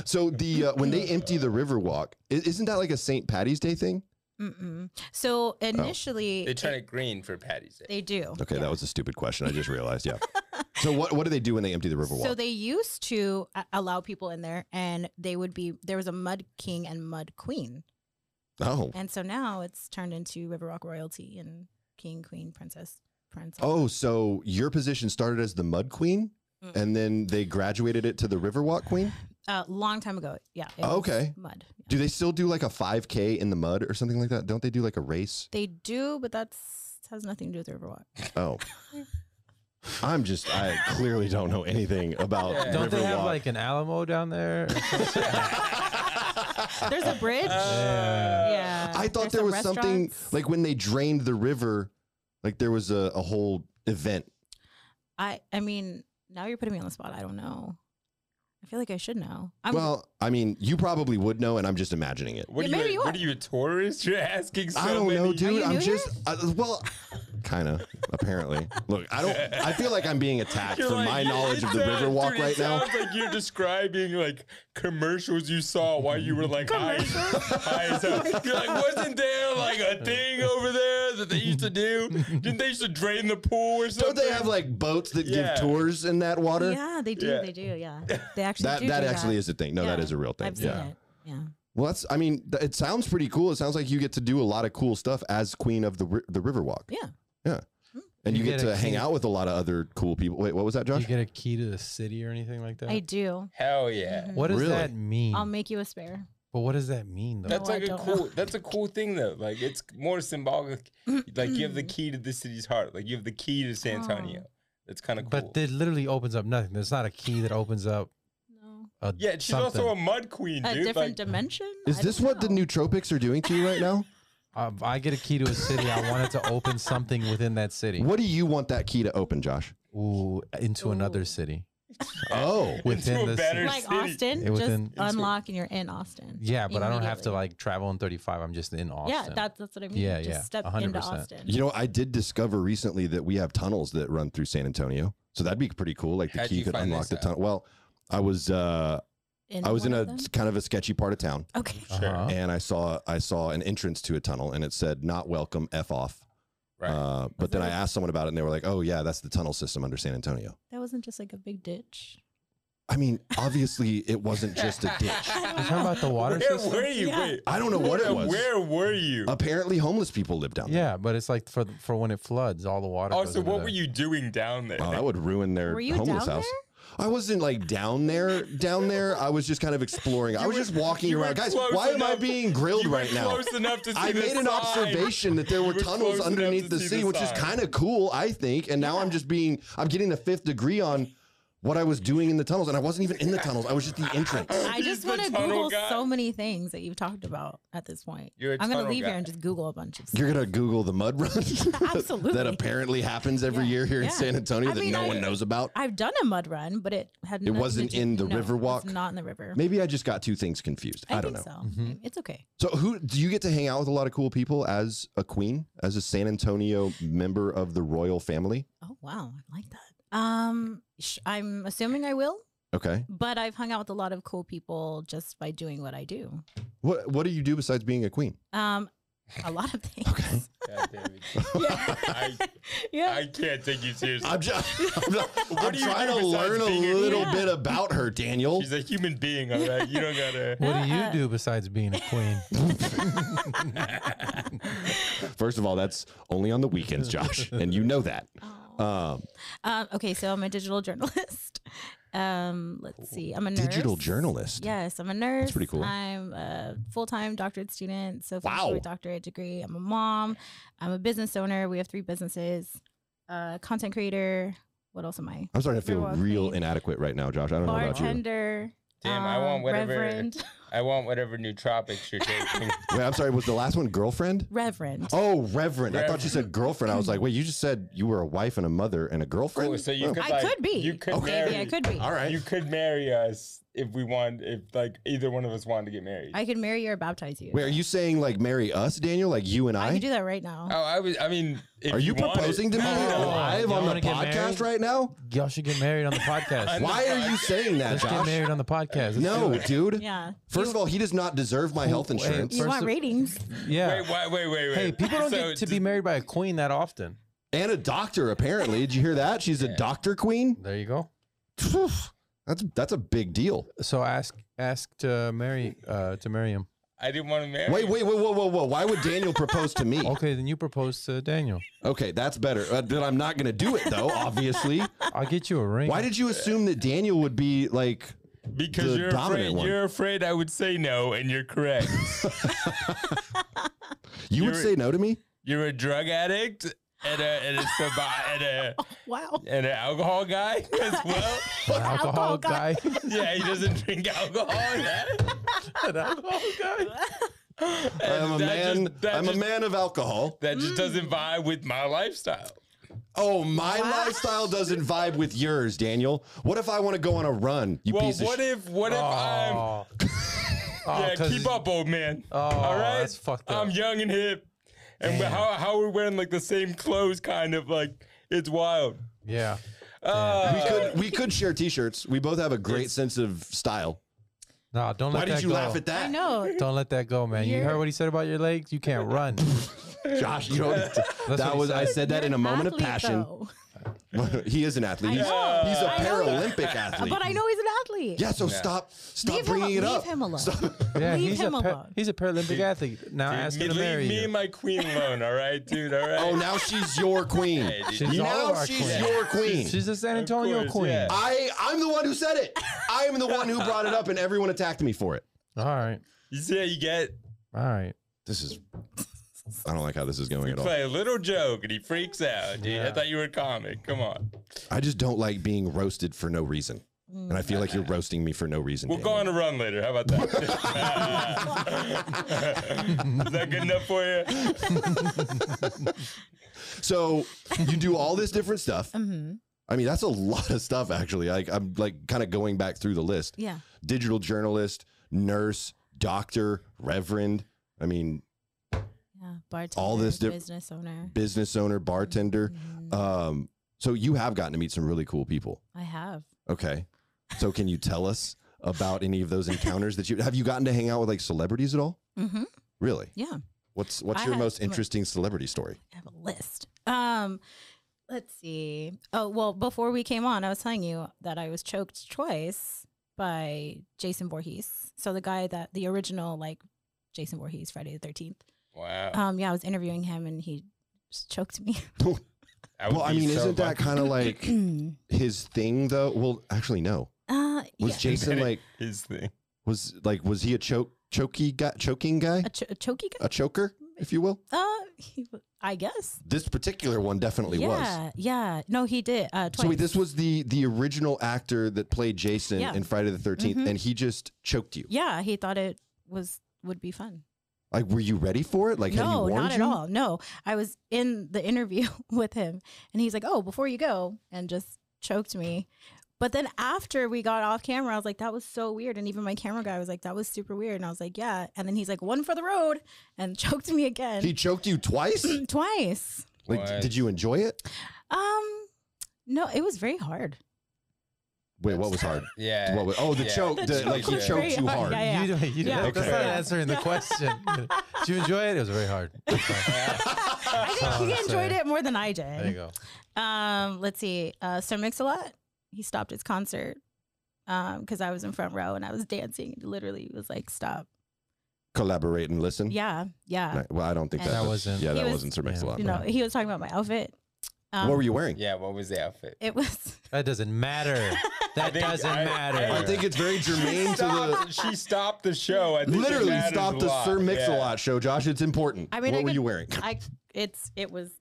Speaker 1: So the uh, when they empty the Riverwalk, i- isn't that like a St. Patty's Day thing?
Speaker 3: Mm-mm. So initially,
Speaker 4: they turn it green for Patty's Day.
Speaker 3: they do.
Speaker 1: Oh. Okay, that was a stupid question. I just realized. Yeah. so what what do they do when they empty the Riverwalk?
Speaker 3: So they used to uh, allow people in there, and they would be there was a mud king and mud queen,
Speaker 1: oh.
Speaker 3: and so now it's turned into River Rock royalty and king, queen, princess, prince.
Speaker 1: Oh, so your position started as the Mud Queen,
Speaker 3: Mm.
Speaker 1: and then they graduated it to the Riverwalk Queen.
Speaker 3: a Uh, long time ago. Yeah. it
Speaker 1: Oh,
Speaker 3: was
Speaker 1: okay.
Speaker 3: Mud.
Speaker 1: Do they still do like a 5K in the mud or something like that? Don't they do like a race?
Speaker 3: They do, but that's has nothing to do with Riverwalk.
Speaker 1: Oh. I'm just, I clearly don't know anything about
Speaker 4: Yeah.
Speaker 2: Don't they have
Speaker 1: Riverwalk.
Speaker 2: like an Alamo down there?
Speaker 3: There's a bridge.
Speaker 4: Uh,
Speaker 2: Yeah.
Speaker 3: yeah.
Speaker 1: I thought
Speaker 3: Uh, There's
Speaker 1: there
Speaker 3: some
Speaker 1: was something
Speaker 3: restaurants.
Speaker 1: like when they drained the river, like there was a, a whole event.
Speaker 3: I. I mean, now you're putting me on the spot. I don't know. I feel like I should know. I'm,
Speaker 1: well, I mean, you probably would know, and I'm just imagining it.
Speaker 4: What,
Speaker 3: Yeah,
Speaker 4: are
Speaker 3: maybe
Speaker 4: you,
Speaker 3: you
Speaker 4: what
Speaker 3: are.
Speaker 4: are you a tourist? You're asking so
Speaker 1: I don't
Speaker 4: many.
Speaker 1: know,
Speaker 3: you
Speaker 1: dude. I'm
Speaker 3: new here?
Speaker 1: just I- well, kind of apparently. Look, I don't. I feel like I'm being attacked
Speaker 4: You're
Speaker 1: for
Speaker 4: like-
Speaker 1: my knowledge of the
Speaker 4: It sounds-
Speaker 1: Riverwalk
Speaker 4: dude, it
Speaker 1: right now.
Speaker 4: sounds like you're describing like commercials you saw while you were like high, high as hell. You're like, wasn't there like a thing over there that they used to do? Didn't they used to drain the pool or something?
Speaker 1: Don't they have like boats that
Speaker 4: Yeah.
Speaker 1: give tours in that water?
Speaker 3: yeah, they do.
Speaker 4: Yeah.
Speaker 3: They do. Yeah. They actually
Speaker 1: That
Speaker 3: do.
Speaker 1: that
Speaker 3: do
Speaker 1: actually is a thing. No, that
Speaker 3: Yeah.
Speaker 1: is a real thing.
Speaker 3: I've seen
Speaker 1: yeah.
Speaker 3: it. Yeah.
Speaker 1: Well, that's. I mean, th- it sounds pretty cool. It sounds like you get to do a lot of cool stuff as queen of the ri- the Riverwalk.
Speaker 3: Yeah. Hmm.
Speaker 1: Yeah. And you,
Speaker 2: You
Speaker 1: get,
Speaker 2: get
Speaker 1: to
Speaker 2: a
Speaker 1: hang
Speaker 2: key.
Speaker 1: out with a lot of other cool people. Wait, what was that,
Speaker 2: Do
Speaker 1: Josh?
Speaker 2: you get a key to the city or anything like that?
Speaker 3: I do.
Speaker 4: Hell yeah.
Speaker 3: Mhm.
Speaker 2: What does
Speaker 1: Really?
Speaker 2: that mean?
Speaker 1: Hmm.
Speaker 3: I'll make you a spare.
Speaker 2: but what does that mean though?
Speaker 4: That's
Speaker 3: No, I
Speaker 4: like a
Speaker 3: don't know.
Speaker 4: cool. That's a cool thing though. Like it's more symbolic. like you have the key to the city's heart. Like you have the key to San
Speaker 3: Mm. Oh.
Speaker 4: Antonio. That's kind of cool.
Speaker 2: But it literally opens up nothing. There's not a key that opens up
Speaker 3: No.
Speaker 2: a
Speaker 4: yeah, she's
Speaker 2: something.
Speaker 4: also a mud queen,
Speaker 3: A
Speaker 4: dude.
Speaker 3: different
Speaker 4: like,
Speaker 3: dimension.
Speaker 1: Is
Speaker 3: I
Speaker 1: this
Speaker 3: don't
Speaker 1: what the
Speaker 3: know.
Speaker 1: nootropics are doing to you right now?
Speaker 2: Uh, if I get a key to a city. I want it to open something within that city.
Speaker 1: What do you want that key to open, Josh?
Speaker 2: Ooh, into another
Speaker 3: Ooh.
Speaker 2: city.
Speaker 1: Oh,
Speaker 2: within
Speaker 4: into
Speaker 2: the
Speaker 4: a better
Speaker 3: like
Speaker 4: city.
Speaker 3: Austin?
Speaker 2: It was
Speaker 3: just
Speaker 2: in-
Speaker 3: unlock and you're in Austin.
Speaker 2: Yeah, but I don't have to
Speaker 3: Immediately.
Speaker 2: like travel in 35. I'm just in Austin.
Speaker 3: Yeah, that's that's what I mean.
Speaker 2: Yeah,
Speaker 3: just
Speaker 2: yeah,
Speaker 3: step into
Speaker 2: 100%.
Speaker 3: Austin.
Speaker 1: you know, I did discover recently that we have tunnels that run through San Antonio. So that'd be pretty cool. Like the
Speaker 4: How'd
Speaker 1: key
Speaker 4: you
Speaker 1: could
Speaker 4: find
Speaker 1: unlock
Speaker 4: this
Speaker 1: the
Speaker 4: out?
Speaker 1: tunnel. Well, I was uh I was
Speaker 3: one
Speaker 1: in a
Speaker 3: of them?
Speaker 1: kind of a sketchy part of town
Speaker 3: Okay.
Speaker 4: Sure.
Speaker 2: Uh-huh.
Speaker 1: and I saw I saw an entrance to a tunnel and it said not welcome F off.
Speaker 4: Right.
Speaker 1: Uh, but then I
Speaker 3: that a-
Speaker 1: asked someone about it and they were like, "Oh yeah, that's the tunnel system under San Antonio."
Speaker 3: That wasn't just like a big ditch.
Speaker 1: I mean, obviously it wasn't just a ditch.
Speaker 2: You talking about the water
Speaker 4: Where
Speaker 2: system?
Speaker 4: were you?
Speaker 3: Yeah.
Speaker 4: Wait,
Speaker 1: I don't know what it
Speaker 4: where,
Speaker 1: was.
Speaker 4: where were you?
Speaker 1: Apparently homeless people live down there.
Speaker 2: Yeah, but it's like for th- for when it floods, all the water. goes
Speaker 4: Also,
Speaker 2: into
Speaker 4: what
Speaker 2: the-
Speaker 4: were you doing down there?
Speaker 1: Oh, that would ruin their
Speaker 3: Were you
Speaker 1: homeless
Speaker 3: down
Speaker 1: house. I wasn't like down there, down there. I was just kind of exploring. I
Speaker 4: You
Speaker 1: was
Speaker 4: were-
Speaker 1: just walking
Speaker 4: you were
Speaker 1: around. Guys,
Speaker 4: close
Speaker 1: why am I
Speaker 4: enough-
Speaker 1: being grilled
Speaker 4: you
Speaker 1: right
Speaker 4: were
Speaker 1: now?
Speaker 4: Close enough to see
Speaker 1: I
Speaker 4: the
Speaker 1: made an
Speaker 4: sign.
Speaker 1: observation that there were
Speaker 4: You were
Speaker 1: tunnels
Speaker 4: close enough
Speaker 1: underneath
Speaker 4: to
Speaker 1: the
Speaker 4: see the
Speaker 1: city, which is
Speaker 4: sign.
Speaker 1: kind of cool, I think. And now I'm just being, I'm getting the fifth degree on what I was doing in the tunnels. And I wasn't even in the tunnels, I was just the entrance.
Speaker 3: I
Speaker 4: He's
Speaker 3: just
Speaker 4: the
Speaker 3: want to
Speaker 4: tunnel
Speaker 3: Google
Speaker 4: guy.
Speaker 3: so many things that you've talked about at this point.
Speaker 4: You're a
Speaker 3: I'm gonna
Speaker 4: tunnel
Speaker 3: leave
Speaker 4: guy.
Speaker 3: here and just Google a bunch of stuff.
Speaker 1: You're going to Google the mud run
Speaker 3: Absolutely.
Speaker 1: that apparently happens every
Speaker 3: Yeah.
Speaker 1: year here in
Speaker 3: Yeah.
Speaker 1: San Antonio
Speaker 3: I
Speaker 1: that
Speaker 3: mean,
Speaker 1: no
Speaker 3: I-
Speaker 1: one knows about.
Speaker 3: I've done a mud run, but it had. nothing to
Speaker 1: wasn't
Speaker 3: do-
Speaker 1: in the
Speaker 3: no,
Speaker 1: river
Speaker 3: it was
Speaker 1: walk?
Speaker 3: Not in the river.
Speaker 1: Maybe I just got two things confused. I, don't know. Mm-hmm.
Speaker 3: think So
Speaker 2: Mhm.
Speaker 3: it's okay.
Speaker 1: So who do you get to hang out with a lot of cool people as a queen, as a San Antonio member of the royal family?
Speaker 3: Oh wow, I like that. Um, sh- I'm assuming I will,
Speaker 1: Okay.
Speaker 3: but I've hung out with a lot of cool people just by doing what I do.
Speaker 1: What what do you do besides being a queen?
Speaker 3: Um, a lot of things.
Speaker 1: Okay.
Speaker 4: God damn it.
Speaker 3: Yeah.
Speaker 4: I-
Speaker 3: yeah.
Speaker 4: I can't take you seriously.
Speaker 1: I'm just I'm, not-
Speaker 4: What
Speaker 1: I'm
Speaker 4: do you
Speaker 1: trying
Speaker 4: do
Speaker 1: to
Speaker 4: besides
Speaker 1: learn a
Speaker 4: being a
Speaker 1: little
Speaker 3: queen?
Speaker 1: bit about her, Daniel.
Speaker 4: She's a human being, all right. You don't gotta.
Speaker 2: What do you
Speaker 3: Uh,
Speaker 2: do besides being a queen?
Speaker 1: First of all, that's only on the weekends, Josh, and you know that.
Speaker 3: Oh.
Speaker 1: Um,
Speaker 3: Um, okay, so I'm a digital journalist. Um, let's see. I'm a nurse.
Speaker 1: digital journalist.
Speaker 3: Yes, I'm a nurse.
Speaker 1: pretty cool.
Speaker 3: I'm a full-time doctorate student, so finished
Speaker 1: Wow.
Speaker 3: with a doctorate degree. I'm a mom. I'm a business owner. We have three businesses. Uh, content creator. What else am I?
Speaker 1: I'm starting to feel
Speaker 3: Royal
Speaker 1: real
Speaker 3: queen.
Speaker 1: inadequate right now, Josh. I don't know about you.
Speaker 3: Bartender.
Speaker 4: Damn, I want
Speaker 3: um,
Speaker 4: whatever.
Speaker 3: Reverend.
Speaker 4: I want whatever nootropics you're taking.
Speaker 1: Wait, I'm sorry. Was the last one girlfriend?
Speaker 3: Reverend.
Speaker 1: Oh, reverend. I thought you
Speaker 4: Reverend.
Speaker 1: said girlfriend. I was like, wait, you just said you were a wife and a mother and a girlfriend.
Speaker 4: Cool, so you
Speaker 1: Oh.
Speaker 4: could,
Speaker 3: I
Speaker 4: like,
Speaker 3: could be.
Speaker 4: You could
Speaker 1: Okay.
Speaker 4: marry.
Speaker 3: Maybe I could be.
Speaker 1: All right.
Speaker 4: You could marry us if we want. If like either one of us wanted to get married.
Speaker 3: I could marry you or baptize you.
Speaker 1: Wait, are you saying like marry us, Daniel? Like you and
Speaker 3: I
Speaker 1: I?
Speaker 3: could do that right now.
Speaker 4: oh, I was. I mean, if
Speaker 1: are you,
Speaker 4: want it-
Speaker 1: proposing to me
Speaker 2: No.
Speaker 1: live
Speaker 2: Y'all
Speaker 1: on the
Speaker 2: wanna get
Speaker 1: podcast
Speaker 2: married?
Speaker 1: right now?
Speaker 2: Y'all should get married on the podcast.
Speaker 4: I'm
Speaker 2: Let's
Speaker 1: Why
Speaker 4: not-
Speaker 1: are you saying that,
Speaker 2: get
Speaker 1: Josh?
Speaker 2: married on the podcast. Let's do
Speaker 1: No,
Speaker 2: it.
Speaker 1: dude.
Speaker 3: yeah.
Speaker 1: First of all, he does not deserve my health
Speaker 2: Wait.
Speaker 1: insurance.
Speaker 3: You
Speaker 2: first
Speaker 3: want
Speaker 2: of-
Speaker 3: ratings?
Speaker 2: Yeah.
Speaker 4: Wait, wait, wait, wait, wait.
Speaker 2: hey, people don't
Speaker 4: So
Speaker 2: get to
Speaker 4: d-
Speaker 2: be married by a queen that often.
Speaker 1: And a doctor, apparently. Did you hear that? She's a doctor queen?
Speaker 2: There you go.
Speaker 1: Phew. That's that's a big deal.
Speaker 2: So ask ask to marry uh, to marry him.
Speaker 4: I didn't want to marry.
Speaker 1: Wait, wait, wait, whoa, whoa, whoa. Why would Daniel propose to me?
Speaker 2: Okay, then you propose to Daniel.
Speaker 1: Okay, that's better. Uh, then I'm not going to do it, though, obviously.
Speaker 2: I'll get you a ring.
Speaker 1: Why did you assume that Daniel would be like,
Speaker 4: because
Speaker 1: the
Speaker 4: you're
Speaker 1: dominant
Speaker 4: afraid.
Speaker 1: one.
Speaker 4: You're afraid I would say no, and you're correct.
Speaker 1: you would
Speaker 4: You're-
Speaker 1: say no to me?
Speaker 4: you're a drug addict and a and a survi- and a
Speaker 3: Wow.
Speaker 4: and an alcohol guy as well.
Speaker 2: an alcohol
Speaker 3: Alcohol guy.
Speaker 2: guy?
Speaker 4: yeah, he doesn't drink alcohol.
Speaker 2: an alcohol guy.
Speaker 1: I am a man. I'm a man of alcohol.
Speaker 4: That just doesn't vibe with my lifestyle.
Speaker 1: Oh, my
Speaker 3: Wow.
Speaker 1: lifestyle doesn't vibe with yours, Daniel. What if I want to go on a run? You
Speaker 4: Well,
Speaker 1: piece of
Speaker 4: what
Speaker 1: shit.
Speaker 4: if what if I'm
Speaker 2: Oh. Oh,
Speaker 4: yeah?
Speaker 2: 'cause-
Speaker 4: Keep up, old man.
Speaker 2: Oh,
Speaker 4: All right,
Speaker 2: that's fucked up.
Speaker 1: Um,
Speaker 4: I'm young and hip, and we-
Speaker 2: Damn.
Speaker 4: how how we're wearing like the same clothes, kind of like it's wild.
Speaker 2: Yeah.
Speaker 4: Uh,
Speaker 1: we could we could share T-shirts. We both have a great sense of style.
Speaker 2: No, don't let
Speaker 1: Why
Speaker 2: that
Speaker 1: did you
Speaker 2: go.
Speaker 1: laugh at that,
Speaker 3: I know.
Speaker 2: Don't let that go, man. You
Speaker 3: You're-
Speaker 2: heard what he said about your legs? You can't run.
Speaker 1: Josh? You know
Speaker 2: what
Speaker 1: that
Speaker 2: he
Speaker 1: was I
Speaker 2: said.
Speaker 1: said that
Speaker 3: You're
Speaker 1: in a
Speaker 3: an
Speaker 1: moment of
Speaker 3: athlete,
Speaker 1: passion.
Speaker 3: though.
Speaker 1: he is an athlete. He's,
Speaker 3: I know.
Speaker 1: he's a
Speaker 3: I know.
Speaker 1: Paralympic athlete.
Speaker 3: But I know he's an athlete.
Speaker 1: yeah, so
Speaker 4: Yeah.
Speaker 1: stop stop
Speaker 3: Leave him
Speaker 1: bringing it
Speaker 3: al-
Speaker 1: up.
Speaker 3: leave him alone.
Speaker 1: Stop-
Speaker 2: Yeah,
Speaker 3: Leave
Speaker 2: he's
Speaker 3: him
Speaker 2: a par-
Speaker 3: alone.
Speaker 2: he's a Paralympic athlete. Now ask him
Speaker 4: Dude,
Speaker 2: to
Speaker 4: me,
Speaker 2: marry
Speaker 4: leave me
Speaker 2: you.
Speaker 4: and my queen alone, all right, dude? All right.
Speaker 1: Oh, now she's your queen.
Speaker 4: Hey, dude.
Speaker 2: She's all
Speaker 1: now
Speaker 2: of our
Speaker 1: she's
Speaker 2: queen.
Speaker 1: your queen.
Speaker 2: She's a San
Speaker 4: Of
Speaker 2: Antonio
Speaker 4: course,
Speaker 2: queen.
Speaker 4: yeah.
Speaker 1: I I'm the one who said it. I am the one who brought it up, and everyone attacked me for it.
Speaker 2: All right,
Speaker 4: You see how you get?
Speaker 2: all right.
Speaker 1: This is. I don't like how this is going
Speaker 4: You
Speaker 1: at all.
Speaker 4: play a little joke and he freaks out, dude. I
Speaker 2: Yeah.
Speaker 4: thought you were a comic. Come on.
Speaker 1: I just don't like being roasted for no reason,
Speaker 3: Mm.
Speaker 1: and I feel like you're roasting me for no reason.
Speaker 4: We'll go on
Speaker 1: Daniel.
Speaker 4: a run later. How about that? Is that good enough for you?
Speaker 1: So you do all this different stuff.
Speaker 3: hmm
Speaker 1: I mean, that's a lot of stuff actually. Like I'm like kind of going back through the list:
Speaker 3: Yeah.
Speaker 1: digital journalist, nurse, doctor, reverend. I mean,
Speaker 3: Yeah. Bartender.
Speaker 1: All this diff-
Speaker 3: business owner.
Speaker 1: business owner, bartender.
Speaker 3: Mhm.
Speaker 1: Um, so you have gotten to meet some really cool people.
Speaker 3: I have.
Speaker 1: Okay. So can you tell us about any of those encounters that you have you gotten to hang out with like celebrities at all?
Speaker 3: hmm
Speaker 1: Really?
Speaker 3: Yeah.
Speaker 1: What's what's
Speaker 3: I
Speaker 1: your
Speaker 3: have-
Speaker 1: most interesting celebrity story?
Speaker 3: I have a list. Um, let's see. Oh well, before we came on, I was telling you that I was choked twice by Jason Voorhees. So the guy that the original like Jason Voorhees, Friday the Thirteenth.
Speaker 4: Wow.
Speaker 3: Um, yeah, I was interviewing him and he just choked me.
Speaker 4: I would
Speaker 1: Well, I
Speaker 4: be
Speaker 1: mean,
Speaker 4: so
Speaker 1: isn't that
Speaker 4: lucky.
Speaker 1: kind of like his thing though? Well, actually no.
Speaker 3: uh,
Speaker 1: Was
Speaker 3: yeah,
Speaker 1: Jason like
Speaker 4: his thing?
Speaker 1: was like was he a choke choky guy choking guy?
Speaker 3: a, cho- a choky guy.
Speaker 1: A choker, if you will?
Speaker 3: Uh, he, w- I guess.
Speaker 1: This particular one definitely was.
Speaker 3: yeah, yeah. No, he did. Uh, twice.
Speaker 1: So wait, this was the the original actor that played Jason
Speaker 3: Yeah.
Speaker 1: in Friday the 13th
Speaker 3: Mhm.
Speaker 1: and he just choked you.
Speaker 3: yeah, he thought it was would be fun.
Speaker 1: Like were you ready for it? Like had he
Speaker 3: no,
Speaker 1: warned
Speaker 3: not at
Speaker 1: you?
Speaker 3: all. No, I was in the interview with him, and he's like, "Oh, before you go," and just choked me. But then after we got off camera, I was like, "That was so weird," and even my camera guy was like, "That was super weird," and I was like, "Yeah." And then he's like, "One for the road," and choked me again
Speaker 1: He choked you twice?
Speaker 3: twice.
Speaker 1: Like,
Speaker 4: What?
Speaker 1: did you enjoy it?
Speaker 3: Um, no, it was very hard.
Speaker 1: Wait, what was hard?
Speaker 4: Yeah.
Speaker 1: What was, oh, the
Speaker 4: Yeah.
Speaker 1: choke. The,
Speaker 4: The
Speaker 1: like
Speaker 4: choke
Speaker 1: he
Speaker 4: was
Speaker 1: choked
Speaker 3: very
Speaker 1: you hard.
Speaker 3: hard. Yeah,
Speaker 2: You, don't- you
Speaker 3: Yeah.
Speaker 2: don't- That's
Speaker 1: Okay.
Speaker 2: not answering the question. Did you enjoy it? It was very hard. That's fine.
Speaker 3: I think he
Speaker 2: Oh,
Speaker 3: enjoyed
Speaker 2: sorry.
Speaker 3: it more than I
Speaker 2: There you
Speaker 3: did.
Speaker 2: go.
Speaker 3: Um, let's see. Uh, Sir Mix-a-Lot, he stopped his concert because I was in front row and I was dancing. He Literally, was like, "Stop."
Speaker 1: Collaborate and listen.
Speaker 3: Yeah, yeah.
Speaker 1: Ni- Well, I don't think that,
Speaker 3: And- That
Speaker 2: wasn't-
Speaker 1: Yeah,
Speaker 3: He
Speaker 1: that
Speaker 3: was-
Speaker 1: was, not Sir Mix a Lot.
Speaker 3: You know, he was talking about my outfit. Um,
Speaker 1: what were you wearing?
Speaker 4: Yeah, what was the outfit?
Speaker 3: It was.
Speaker 2: That doesn't matter. That
Speaker 4: think
Speaker 2: doesn't
Speaker 4: I-
Speaker 2: matter.
Speaker 4: I
Speaker 1: I think it's very germane to the.
Speaker 4: Stopped- she stopped the show. I think it
Speaker 1: Literally
Speaker 4: matters
Speaker 1: stop
Speaker 4: a
Speaker 1: the
Speaker 4: lot.
Speaker 1: Sir Mix a
Speaker 4: Yeah.
Speaker 1: Lot show, Josh. It's important.
Speaker 3: I mean,
Speaker 1: what
Speaker 3: I
Speaker 1: were
Speaker 3: could-
Speaker 1: you wearing?
Speaker 3: I. It's. It was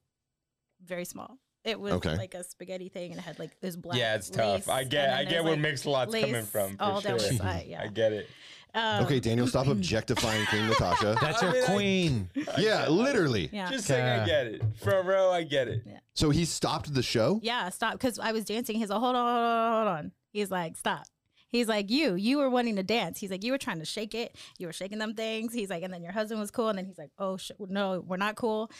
Speaker 3: very small. It was
Speaker 1: Okay.
Speaker 3: like a spaghetti thing, and it had like it was black.
Speaker 4: Yeah, it's
Speaker 3: lace,
Speaker 4: tough. I get
Speaker 3: and
Speaker 4: I
Speaker 3: then
Speaker 4: get
Speaker 3: there's,
Speaker 4: where
Speaker 3: like,
Speaker 4: mixed lots coming
Speaker 3: lace
Speaker 4: from. For
Speaker 3: all
Speaker 4: sure.
Speaker 3: down the side,
Speaker 4: I
Speaker 3: yeah.
Speaker 4: get it.
Speaker 3: Um,
Speaker 1: okay, Daniel, stop objectifying Queen Natasha.
Speaker 2: That's
Speaker 4: I
Speaker 2: your
Speaker 4: mean, I-
Speaker 2: queen.
Speaker 1: yeah, literally.
Speaker 3: Yeah.
Speaker 4: Just saying, I
Speaker 2: Okay.
Speaker 4: get it. Front row, I get it.
Speaker 1: So he stopped the show.
Speaker 3: yeah, stop. Because I was dancing. He's like, hold on, hold on, hold on. He's like, stop. He's like, you, you were wanting to dance. He's like, you were trying to shake it. You were shaking them things. He's like, and then your husband was cool. And then he's like, oh, sh- no, we're not cool.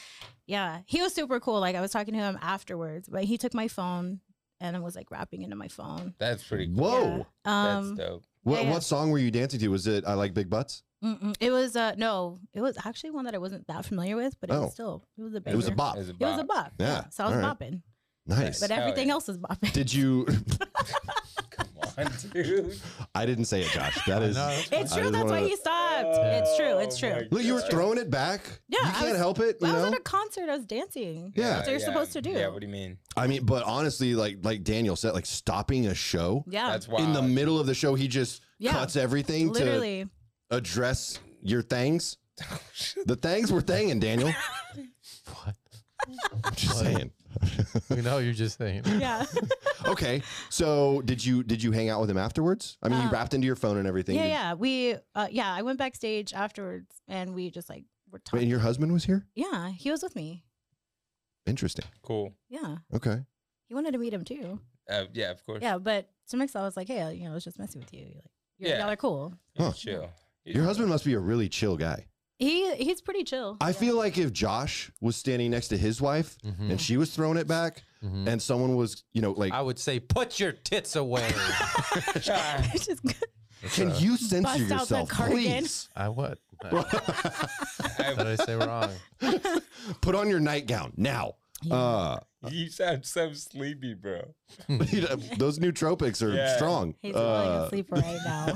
Speaker 3: Yeah. He was super cool. Like, I was talking to him afterwards, but he took my phone and I was like rapping into my phone.
Speaker 4: That's pretty. cool.
Speaker 1: Whoa.
Speaker 3: Yeah. Um,
Speaker 4: That's dope.
Speaker 1: What
Speaker 3: Yeah, yeah.
Speaker 1: what song were you dancing to? Was it I Like Big Butts?
Speaker 3: mm-mm. it was, uh, no, it was actually one that I wasn't that familiar with, but it
Speaker 1: Oh.
Speaker 3: was still, it was a
Speaker 1: It was a
Speaker 3: banger.
Speaker 1: bop.
Speaker 4: As
Speaker 3: It was a
Speaker 4: bop.
Speaker 3: bop.
Speaker 1: Yeah,
Speaker 3: So I was
Speaker 1: alright.
Speaker 3: bopping,
Speaker 1: Nice.
Speaker 3: but
Speaker 4: Hell
Speaker 3: everything
Speaker 4: yeah.
Speaker 3: else was bopping.
Speaker 1: Did you?
Speaker 4: Come on, dude.
Speaker 1: I didn't say it, Josh. That
Speaker 2: I
Speaker 1: is.
Speaker 2: know, that's fine.
Speaker 3: it's
Speaker 1: I
Speaker 3: true.
Speaker 1: just
Speaker 3: That's why
Speaker 1: wanna-
Speaker 3: he stopped.
Speaker 4: Oh
Speaker 3: it's true. It's
Speaker 4: my
Speaker 3: true.
Speaker 1: Look, you were
Speaker 4: God.
Speaker 1: throwing it back.
Speaker 3: Yeah,
Speaker 1: you
Speaker 3: I
Speaker 1: can't
Speaker 3: was-
Speaker 1: help it. You
Speaker 3: I was
Speaker 1: know?
Speaker 3: at a concert. I was dancing.
Speaker 1: Yeah.
Speaker 3: That's what you're supposed to do.
Speaker 4: Yeah, what do you mean?
Speaker 1: I mean, but honestly, like like Daniel said, like stopping a show
Speaker 3: Yeah.
Speaker 4: That's wild.
Speaker 1: in the middle of the show, he just
Speaker 3: Yeah.
Speaker 1: cuts everything
Speaker 3: literally.
Speaker 1: to address your things.
Speaker 4: Oh,
Speaker 1: the things were thanging, Daniel.
Speaker 2: What?
Speaker 1: I'm just saying.
Speaker 2: We know you're just saying.
Speaker 3: Yeah.
Speaker 1: Okay, so did you did you hang out with him afterwards? I mean, you
Speaker 3: Um,
Speaker 1: wrapped into your phone and everything.
Speaker 3: yeah,
Speaker 1: Did-
Speaker 3: yeah. We uh yeah, I went backstage afterwards and we just like were
Speaker 1: Wait,
Speaker 3: talking.
Speaker 1: and your husband was here.
Speaker 3: yeah, he was with me.
Speaker 1: Interesting.
Speaker 4: Cool.
Speaker 3: Yeah.
Speaker 1: Okay.
Speaker 3: He wanted to meet him too.
Speaker 4: Uh, yeah, of course.
Speaker 3: Yeah, but to mix I was like, Hey, uh, you know, I was just messing with you. You're like, you're,
Speaker 4: Yeah.
Speaker 3: y'all are cool.
Speaker 1: Huh.
Speaker 4: Chill.
Speaker 1: Your husband must be a really chill guy.
Speaker 3: He he's pretty chill.
Speaker 1: I feel like if Josh was standing next to his wife
Speaker 2: Mhm.
Speaker 1: and she was throwing it back,
Speaker 2: Mhm.
Speaker 1: and someone was, you know, like,
Speaker 2: I would say, put your tits away.
Speaker 3: Which is good.
Speaker 1: can
Speaker 2: uh,
Speaker 1: you censor
Speaker 3: Bust out that
Speaker 1: yourself,
Speaker 3: cardigan.
Speaker 1: please?
Speaker 2: I would. What did I say wrong?
Speaker 1: Put on your nightgown now. Uh,
Speaker 4: You sound so sleepy, bro.
Speaker 1: You know, Those nootropics are
Speaker 4: Yeah.
Speaker 1: strong.
Speaker 3: He's falling
Speaker 1: Uh,
Speaker 3: asleep right now.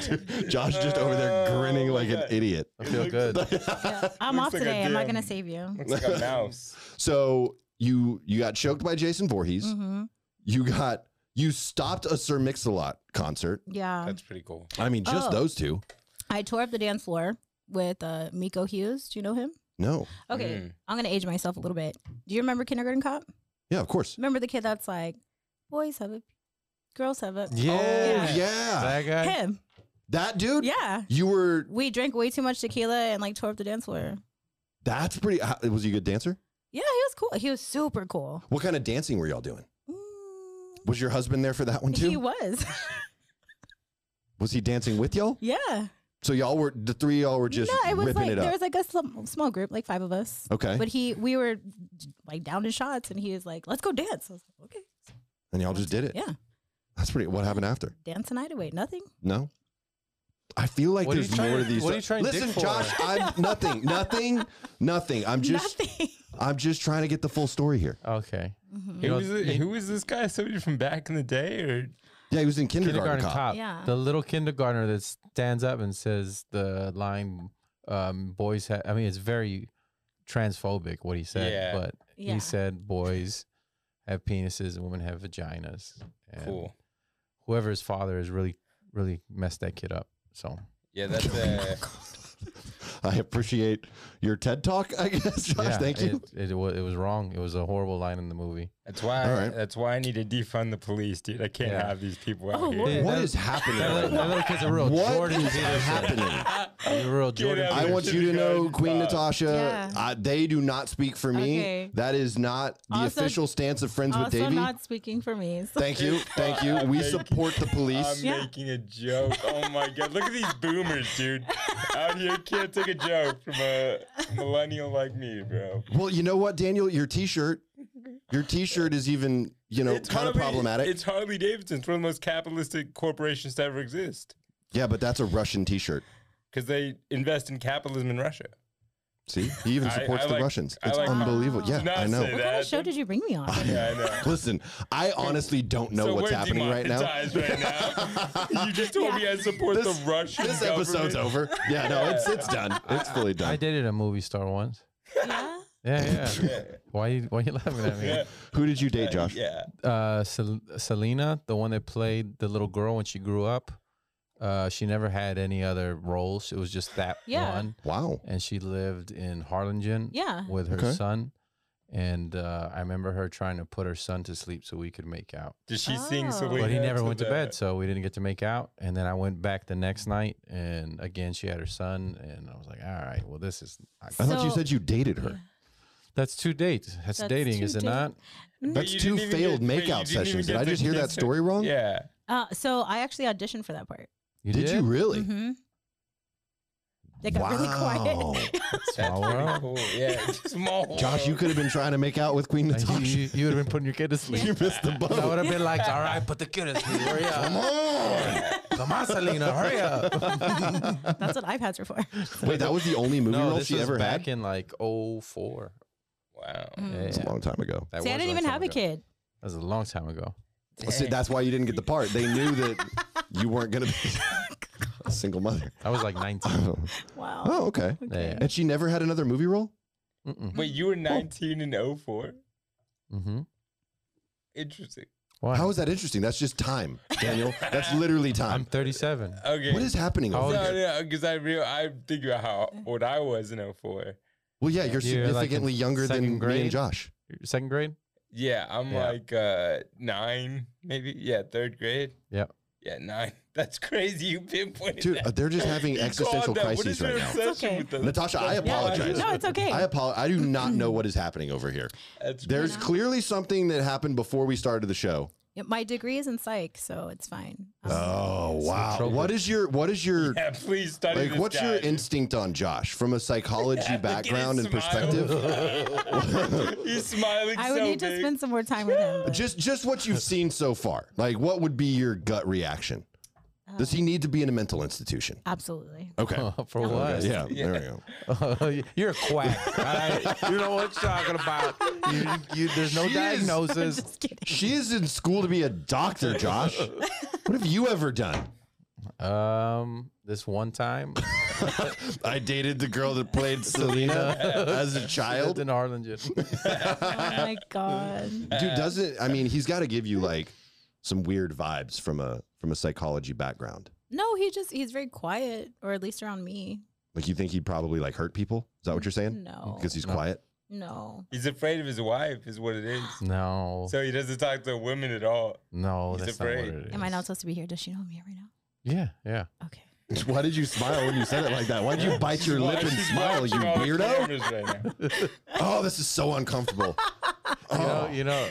Speaker 1: dude, Josh just over there grinning
Speaker 4: Oh,
Speaker 1: like an
Speaker 4: yeah.
Speaker 1: idiot.
Speaker 2: Uh, I feel good.
Speaker 3: Yeah, I'm
Speaker 4: Looks
Speaker 3: off
Speaker 4: like a
Speaker 3: today. I'm not
Speaker 4: damn-
Speaker 3: gonna save you.
Speaker 4: Looks like a mouse.
Speaker 1: So you you got choked by Jason Voorhees.
Speaker 3: hmm
Speaker 1: You got you stopped a Sir Mix-a-Lot concert.
Speaker 3: Yeah,
Speaker 4: That's pretty cool.
Speaker 1: I mean, just
Speaker 3: Oh.
Speaker 1: those two.
Speaker 3: I tore up the dance floor with uh, Miko Hughes. Do you know him?
Speaker 1: No.
Speaker 3: Okay,
Speaker 4: Mm.
Speaker 3: I'm gonna age myself a little bit. Do you remember Kindergarten Cop?
Speaker 1: Yeah, of course.
Speaker 3: Remember the kid that's like, boys have it, girls have it.
Speaker 2: Yeah.
Speaker 1: Oh yeah.
Speaker 2: That guy.
Speaker 3: Him.
Speaker 1: That dude.
Speaker 3: Yeah.
Speaker 1: You were.
Speaker 3: We drank way too much tequila and like tore up the dance floor.
Speaker 1: That's pretty. how- Was he a good dancer?
Speaker 3: Yeah, he was cool. He was super cool.
Speaker 1: What kind of dancing were y'all doing?
Speaker 3: Mm,
Speaker 1: Was your husband there for that one too?
Speaker 3: he was.
Speaker 1: was he dancing with y'all?
Speaker 3: yeah.
Speaker 1: So y'all were the three of y'all were just
Speaker 3: no, it was
Speaker 1: ripping
Speaker 3: like
Speaker 1: it
Speaker 3: there
Speaker 1: up.
Speaker 3: was like a sl- small group, like five of us.
Speaker 1: okay.
Speaker 3: But he, we were like down in shots, and he was like, "Let's go dance." I was like, "Okay,
Speaker 1: And y'all just did it.
Speaker 3: yeah,
Speaker 1: That's pretty. What happened after?
Speaker 3: dance tonight away, nothing."
Speaker 1: No. I feel like
Speaker 2: What are you
Speaker 1: there's
Speaker 2: trying-
Speaker 1: more to these.
Speaker 2: what are you trying to dig
Speaker 1: Listen,
Speaker 2: for?
Speaker 1: Josh, I'm nothing, nothing, nothing. I'm just,
Speaker 3: nothing.
Speaker 1: I'm just trying to get the full story here.
Speaker 2: Okay.
Speaker 3: Mhm.
Speaker 2: He
Speaker 4: Who
Speaker 2: goes,
Speaker 4: is, it,
Speaker 2: "Hey,
Speaker 4: who is this guy? Somebody from back in the day, or
Speaker 1: Yeah, he was in kindergarten,
Speaker 2: kindergarten cop.
Speaker 1: cop.
Speaker 3: Yeah.
Speaker 2: The little kindergartner that stands up and says the line, um, boys ha I mean, it's very transphobic what he said,
Speaker 4: Yeah.
Speaker 2: but
Speaker 3: Yeah.
Speaker 2: he said boys have penises and women have vaginas. And
Speaker 4: cool?
Speaker 2: Whoever his father is really, really messed that kid up. So
Speaker 4: Yeah, that's uh,
Speaker 1: I appreciate your TED talk. I guess, Josh.
Speaker 2: yeah,
Speaker 1: thank you.
Speaker 2: It, it, was, it was wrong. It was a horrible line in the movie.
Speaker 4: that's why
Speaker 1: All right.
Speaker 4: that's why I need to defund the police, dude. I can't
Speaker 2: Yeah.
Speaker 4: have these people out
Speaker 3: Oh,
Speaker 4: here.
Speaker 3: Lord.
Speaker 1: What
Speaker 2: that-
Speaker 1: is happening?
Speaker 2: That
Speaker 1: right
Speaker 2: little, that
Speaker 1: now?
Speaker 2: little kid's a real
Speaker 1: What
Speaker 2: Jordan
Speaker 1: is
Speaker 2: Peterson.
Speaker 1: happening?
Speaker 2: He's a real
Speaker 4: Get out
Speaker 2: Jordan.
Speaker 4: of
Speaker 1: I
Speaker 4: here.
Speaker 1: want you to know,
Speaker 4: Kindergarten
Speaker 1: Queen
Speaker 4: cop.
Speaker 1: Natasha.
Speaker 3: Yeah.
Speaker 1: I, they do not speak for me.
Speaker 3: Okay.
Speaker 1: That is not the
Speaker 3: Also-
Speaker 1: official stance of Friends with
Speaker 3: also
Speaker 1: Davey.
Speaker 3: not speaking for me. So.
Speaker 1: Thank you, thank you.
Speaker 4: I'm
Speaker 1: We
Speaker 4: making-
Speaker 1: support the
Speaker 4: I'm
Speaker 1: police.
Speaker 3: Yeah.
Speaker 4: making a joke. Oh my god, look at these boomers, dude. Out here can't take a joke from a millennial like me, bro.
Speaker 1: Well, you know what, Daniel, your T-shirt, your T-shirt is even you know kind of
Speaker 4: Harley-
Speaker 1: problematic.
Speaker 4: It's Harley Davidson. It's one of the most capitalistic corporations to ever exist
Speaker 1: yeah, but that's a Russian T-shirt.
Speaker 4: because they invest in capitalism in Russia.
Speaker 1: See, he even
Speaker 4: I-
Speaker 1: supports
Speaker 4: I
Speaker 1: the
Speaker 4: like-
Speaker 1: Russians.
Speaker 4: I
Speaker 1: It's
Speaker 4: like-
Speaker 1: unbelievable.
Speaker 3: Wow.
Speaker 1: Yeah,
Speaker 4: Do not
Speaker 1: I know.
Speaker 4: say
Speaker 3: What kind of
Speaker 4: that.
Speaker 3: show did you bring me on?
Speaker 4: Yeah, I know.
Speaker 1: Listen, I honestly don't know
Speaker 4: so
Speaker 1: what's
Speaker 4: we're
Speaker 1: happening right now.
Speaker 4: demonetized right now. you just told me I support
Speaker 1: This-
Speaker 4: the Russian.
Speaker 1: This episode's
Speaker 4: government.
Speaker 1: over. Yeah, no, it's it's done. It's fully
Speaker 2: I
Speaker 1: done.
Speaker 2: dated a movie star once.
Speaker 3: yeah.
Speaker 2: Yeah, yeah. why you why you laughing at me?
Speaker 4: Yeah,
Speaker 1: Who did you date, Josh?
Speaker 4: yeah.
Speaker 2: uh, Sel- Selena, the one that played the little girl when she grew up, uh, she never had any other roles. It was just that
Speaker 3: Yeah.
Speaker 2: one,
Speaker 1: Wow.
Speaker 2: and she lived in Harlingen
Speaker 3: Yeah.
Speaker 2: with her
Speaker 1: Okay.
Speaker 2: son. And uh, I remember her trying to put her son to sleep so we could make out,
Speaker 4: Does she sing
Speaker 3: Oh.
Speaker 4: Selena?
Speaker 2: but he never went to
Speaker 4: the-
Speaker 2: bed, so we didn't get to make out. And then I went back the next night, and again she had her son, and I was like, "All right, well this is
Speaker 1: I thought you
Speaker 3: So-
Speaker 1: said you dated her.
Speaker 2: that's two dates. That's,
Speaker 3: That's
Speaker 2: dating,
Speaker 3: two
Speaker 2: is it
Speaker 3: dates.
Speaker 2: not?"
Speaker 4: But
Speaker 3: mm,
Speaker 1: That's
Speaker 4: you
Speaker 1: two
Speaker 4: didn't even
Speaker 1: failed
Speaker 4: get- but you
Speaker 1: makeout
Speaker 4: didn't even
Speaker 1: sessions.
Speaker 4: get
Speaker 1: Did I
Speaker 4: to
Speaker 1: just hear that
Speaker 4: kiss her.
Speaker 1: story wrong?
Speaker 4: Yeah.
Speaker 3: Uh, so I actually auditioned for that part.
Speaker 1: Did
Speaker 2: Mm-hmm.
Speaker 1: you really?
Speaker 3: hmm They got really
Speaker 1: Wow.
Speaker 3: quiet.
Speaker 4: That's
Speaker 2: Small
Speaker 4: pretty
Speaker 2: world.
Speaker 4: cool. Yeah. Small.
Speaker 1: Josh, you
Speaker 4: world.
Speaker 1: could have been trying to make out with Queen
Speaker 2: Like, you,
Speaker 1: Natasha.
Speaker 2: you, you would have been putting your kid to sleep.
Speaker 1: You missed the boat.
Speaker 2: I would have been like, all right, put the kid to sleep. Hurry
Speaker 1: Come
Speaker 2: up.
Speaker 1: on.
Speaker 2: Come on, Selena, hurry up.
Speaker 3: That's what I've had her for.
Speaker 1: Wait, that was the only movie
Speaker 2: no,
Speaker 1: role
Speaker 2: this
Speaker 1: she
Speaker 2: was
Speaker 1: ever
Speaker 2: back
Speaker 1: had.
Speaker 2: in like 04.
Speaker 4: Wow.
Speaker 2: Yeah,
Speaker 1: It's a long time ago.
Speaker 2: That
Speaker 3: See, Mm. I
Speaker 2: was a
Speaker 3: didn't
Speaker 2: long
Speaker 3: even
Speaker 2: time
Speaker 3: have a
Speaker 2: ago.
Speaker 3: kid.
Speaker 2: That was a long time ago.
Speaker 1: See, that's why you didn't get the part. They knew that you weren't going to be a single mother.
Speaker 2: I was like 19.
Speaker 1: Oh,
Speaker 3: Wow.
Speaker 1: okay.
Speaker 2: Yeah.
Speaker 1: And she never had another movie role?
Speaker 2: Mm-mm.
Speaker 4: Wait, you were 19 in 04?
Speaker 2: Mm-hmm.
Speaker 4: Interesting.
Speaker 2: Why?
Speaker 1: How is that interesting? That's just time, Daniel. That's literally
Speaker 2: I'm
Speaker 1: time.
Speaker 2: 37.
Speaker 4: Okay.
Speaker 1: What is happening
Speaker 2: How
Speaker 1: over
Speaker 2: old
Speaker 1: here?
Speaker 4: no, no, because I real I think about how old I was in 04.
Speaker 1: Well, yeah, you're
Speaker 2: You're, like, in
Speaker 1: significantly younger than
Speaker 2: second
Speaker 1: me and
Speaker 2: grade?
Speaker 1: Josh.
Speaker 2: Your Second grade?
Speaker 4: Yeah, I'm
Speaker 2: Yeah.
Speaker 4: like uh nine, maybe. Yeah, third grade.
Speaker 2: Yep.
Speaker 4: Yeah, nine. That's crazy. You pinpointed
Speaker 1: Dude,
Speaker 4: that.
Speaker 1: uh, they're just having
Speaker 4: You called
Speaker 1: existential
Speaker 4: that. What
Speaker 1: crises
Speaker 4: is your
Speaker 1: right now.
Speaker 4: obsession
Speaker 3: It's okay.
Speaker 4: with the-
Speaker 1: Natasha, I
Speaker 4: Yeah,
Speaker 1: apologize.
Speaker 3: No, it's okay.
Speaker 1: I apologize. I do not know what is happening over here.
Speaker 4: That's
Speaker 1: There's
Speaker 3: know?
Speaker 1: clearly something that happened before we started the show.
Speaker 3: Yeah, My degree is in psych, so it's fine. Um,
Speaker 1: Oh wow!
Speaker 2: tropic.
Speaker 1: What is your what is your
Speaker 4: Yeah, please study
Speaker 1: like?
Speaker 4: this
Speaker 1: What's
Speaker 4: guy.
Speaker 1: your instinct on Josh from a psychology background and perspective?
Speaker 4: perspective? He's smiling
Speaker 3: I would
Speaker 4: so
Speaker 3: need
Speaker 4: big.
Speaker 3: to spend some more time with him. but-
Speaker 1: Just just what you've seen so far. Like, what would be your gut reaction? Does
Speaker 4: Um,
Speaker 1: he need to be in a mental institution?
Speaker 3: Absolutely.
Speaker 1: Okay.
Speaker 2: For what?
Speaker 1: Okay, Oh, Yeah, there we go.
Speaker 2: You're a quack. All right? You know what you're talking about. You, you, there's no
Speaker 1: She is-
Speaker 2: diagnosis.
Speaker 3: Just kidding.
Speaker 1: She is in school to be a doctor, Josh. what have you ever done?
Speaker 2: Um, this one time,
Speaker 1: I dated the girl that played Selena as a
Speaker 2: lived
Speaker 1: child.
Speaker 2: in Harlingen.
Speaker 3: Oh my god.
Speaker 1: Dude, doesn't I mean he's got to give you like some weird vibes from a from a psychology background.
Speaker 3: No, he just he's very quiet, or at least around me.
Speaker 1: Like you think he'd probably like hurt people? Is that what you're saying?
Speaker 3: No.
Speaker 1: Because he's
Speaker 2: No.
Speaker 1: quiet.
Speaker 3: No.
Speaker 4: He's afraid of his wife, is what it is.
Speaker 2: No,
Speaker 4: So he doesn't talk to women at all.
Speaker 2: no,
Speaker 4: He's
Speaker 2: that's
Speaker 4: afraid.
Speaker 2: not what it is.
Speaker 3: Am I not supposed to be here? Does she know I'm here right now?
Speaker 2: Yeah, yeah.
Speaker 3: Okay.
Speaker 1: Why did you smile when you said it like that? Why'd you bite your lip and smile, you weirdo? Oh, this is so uncomfortable.
Speaker 2: You
Speaker 1: Oh,
Speaker 2: know, you know.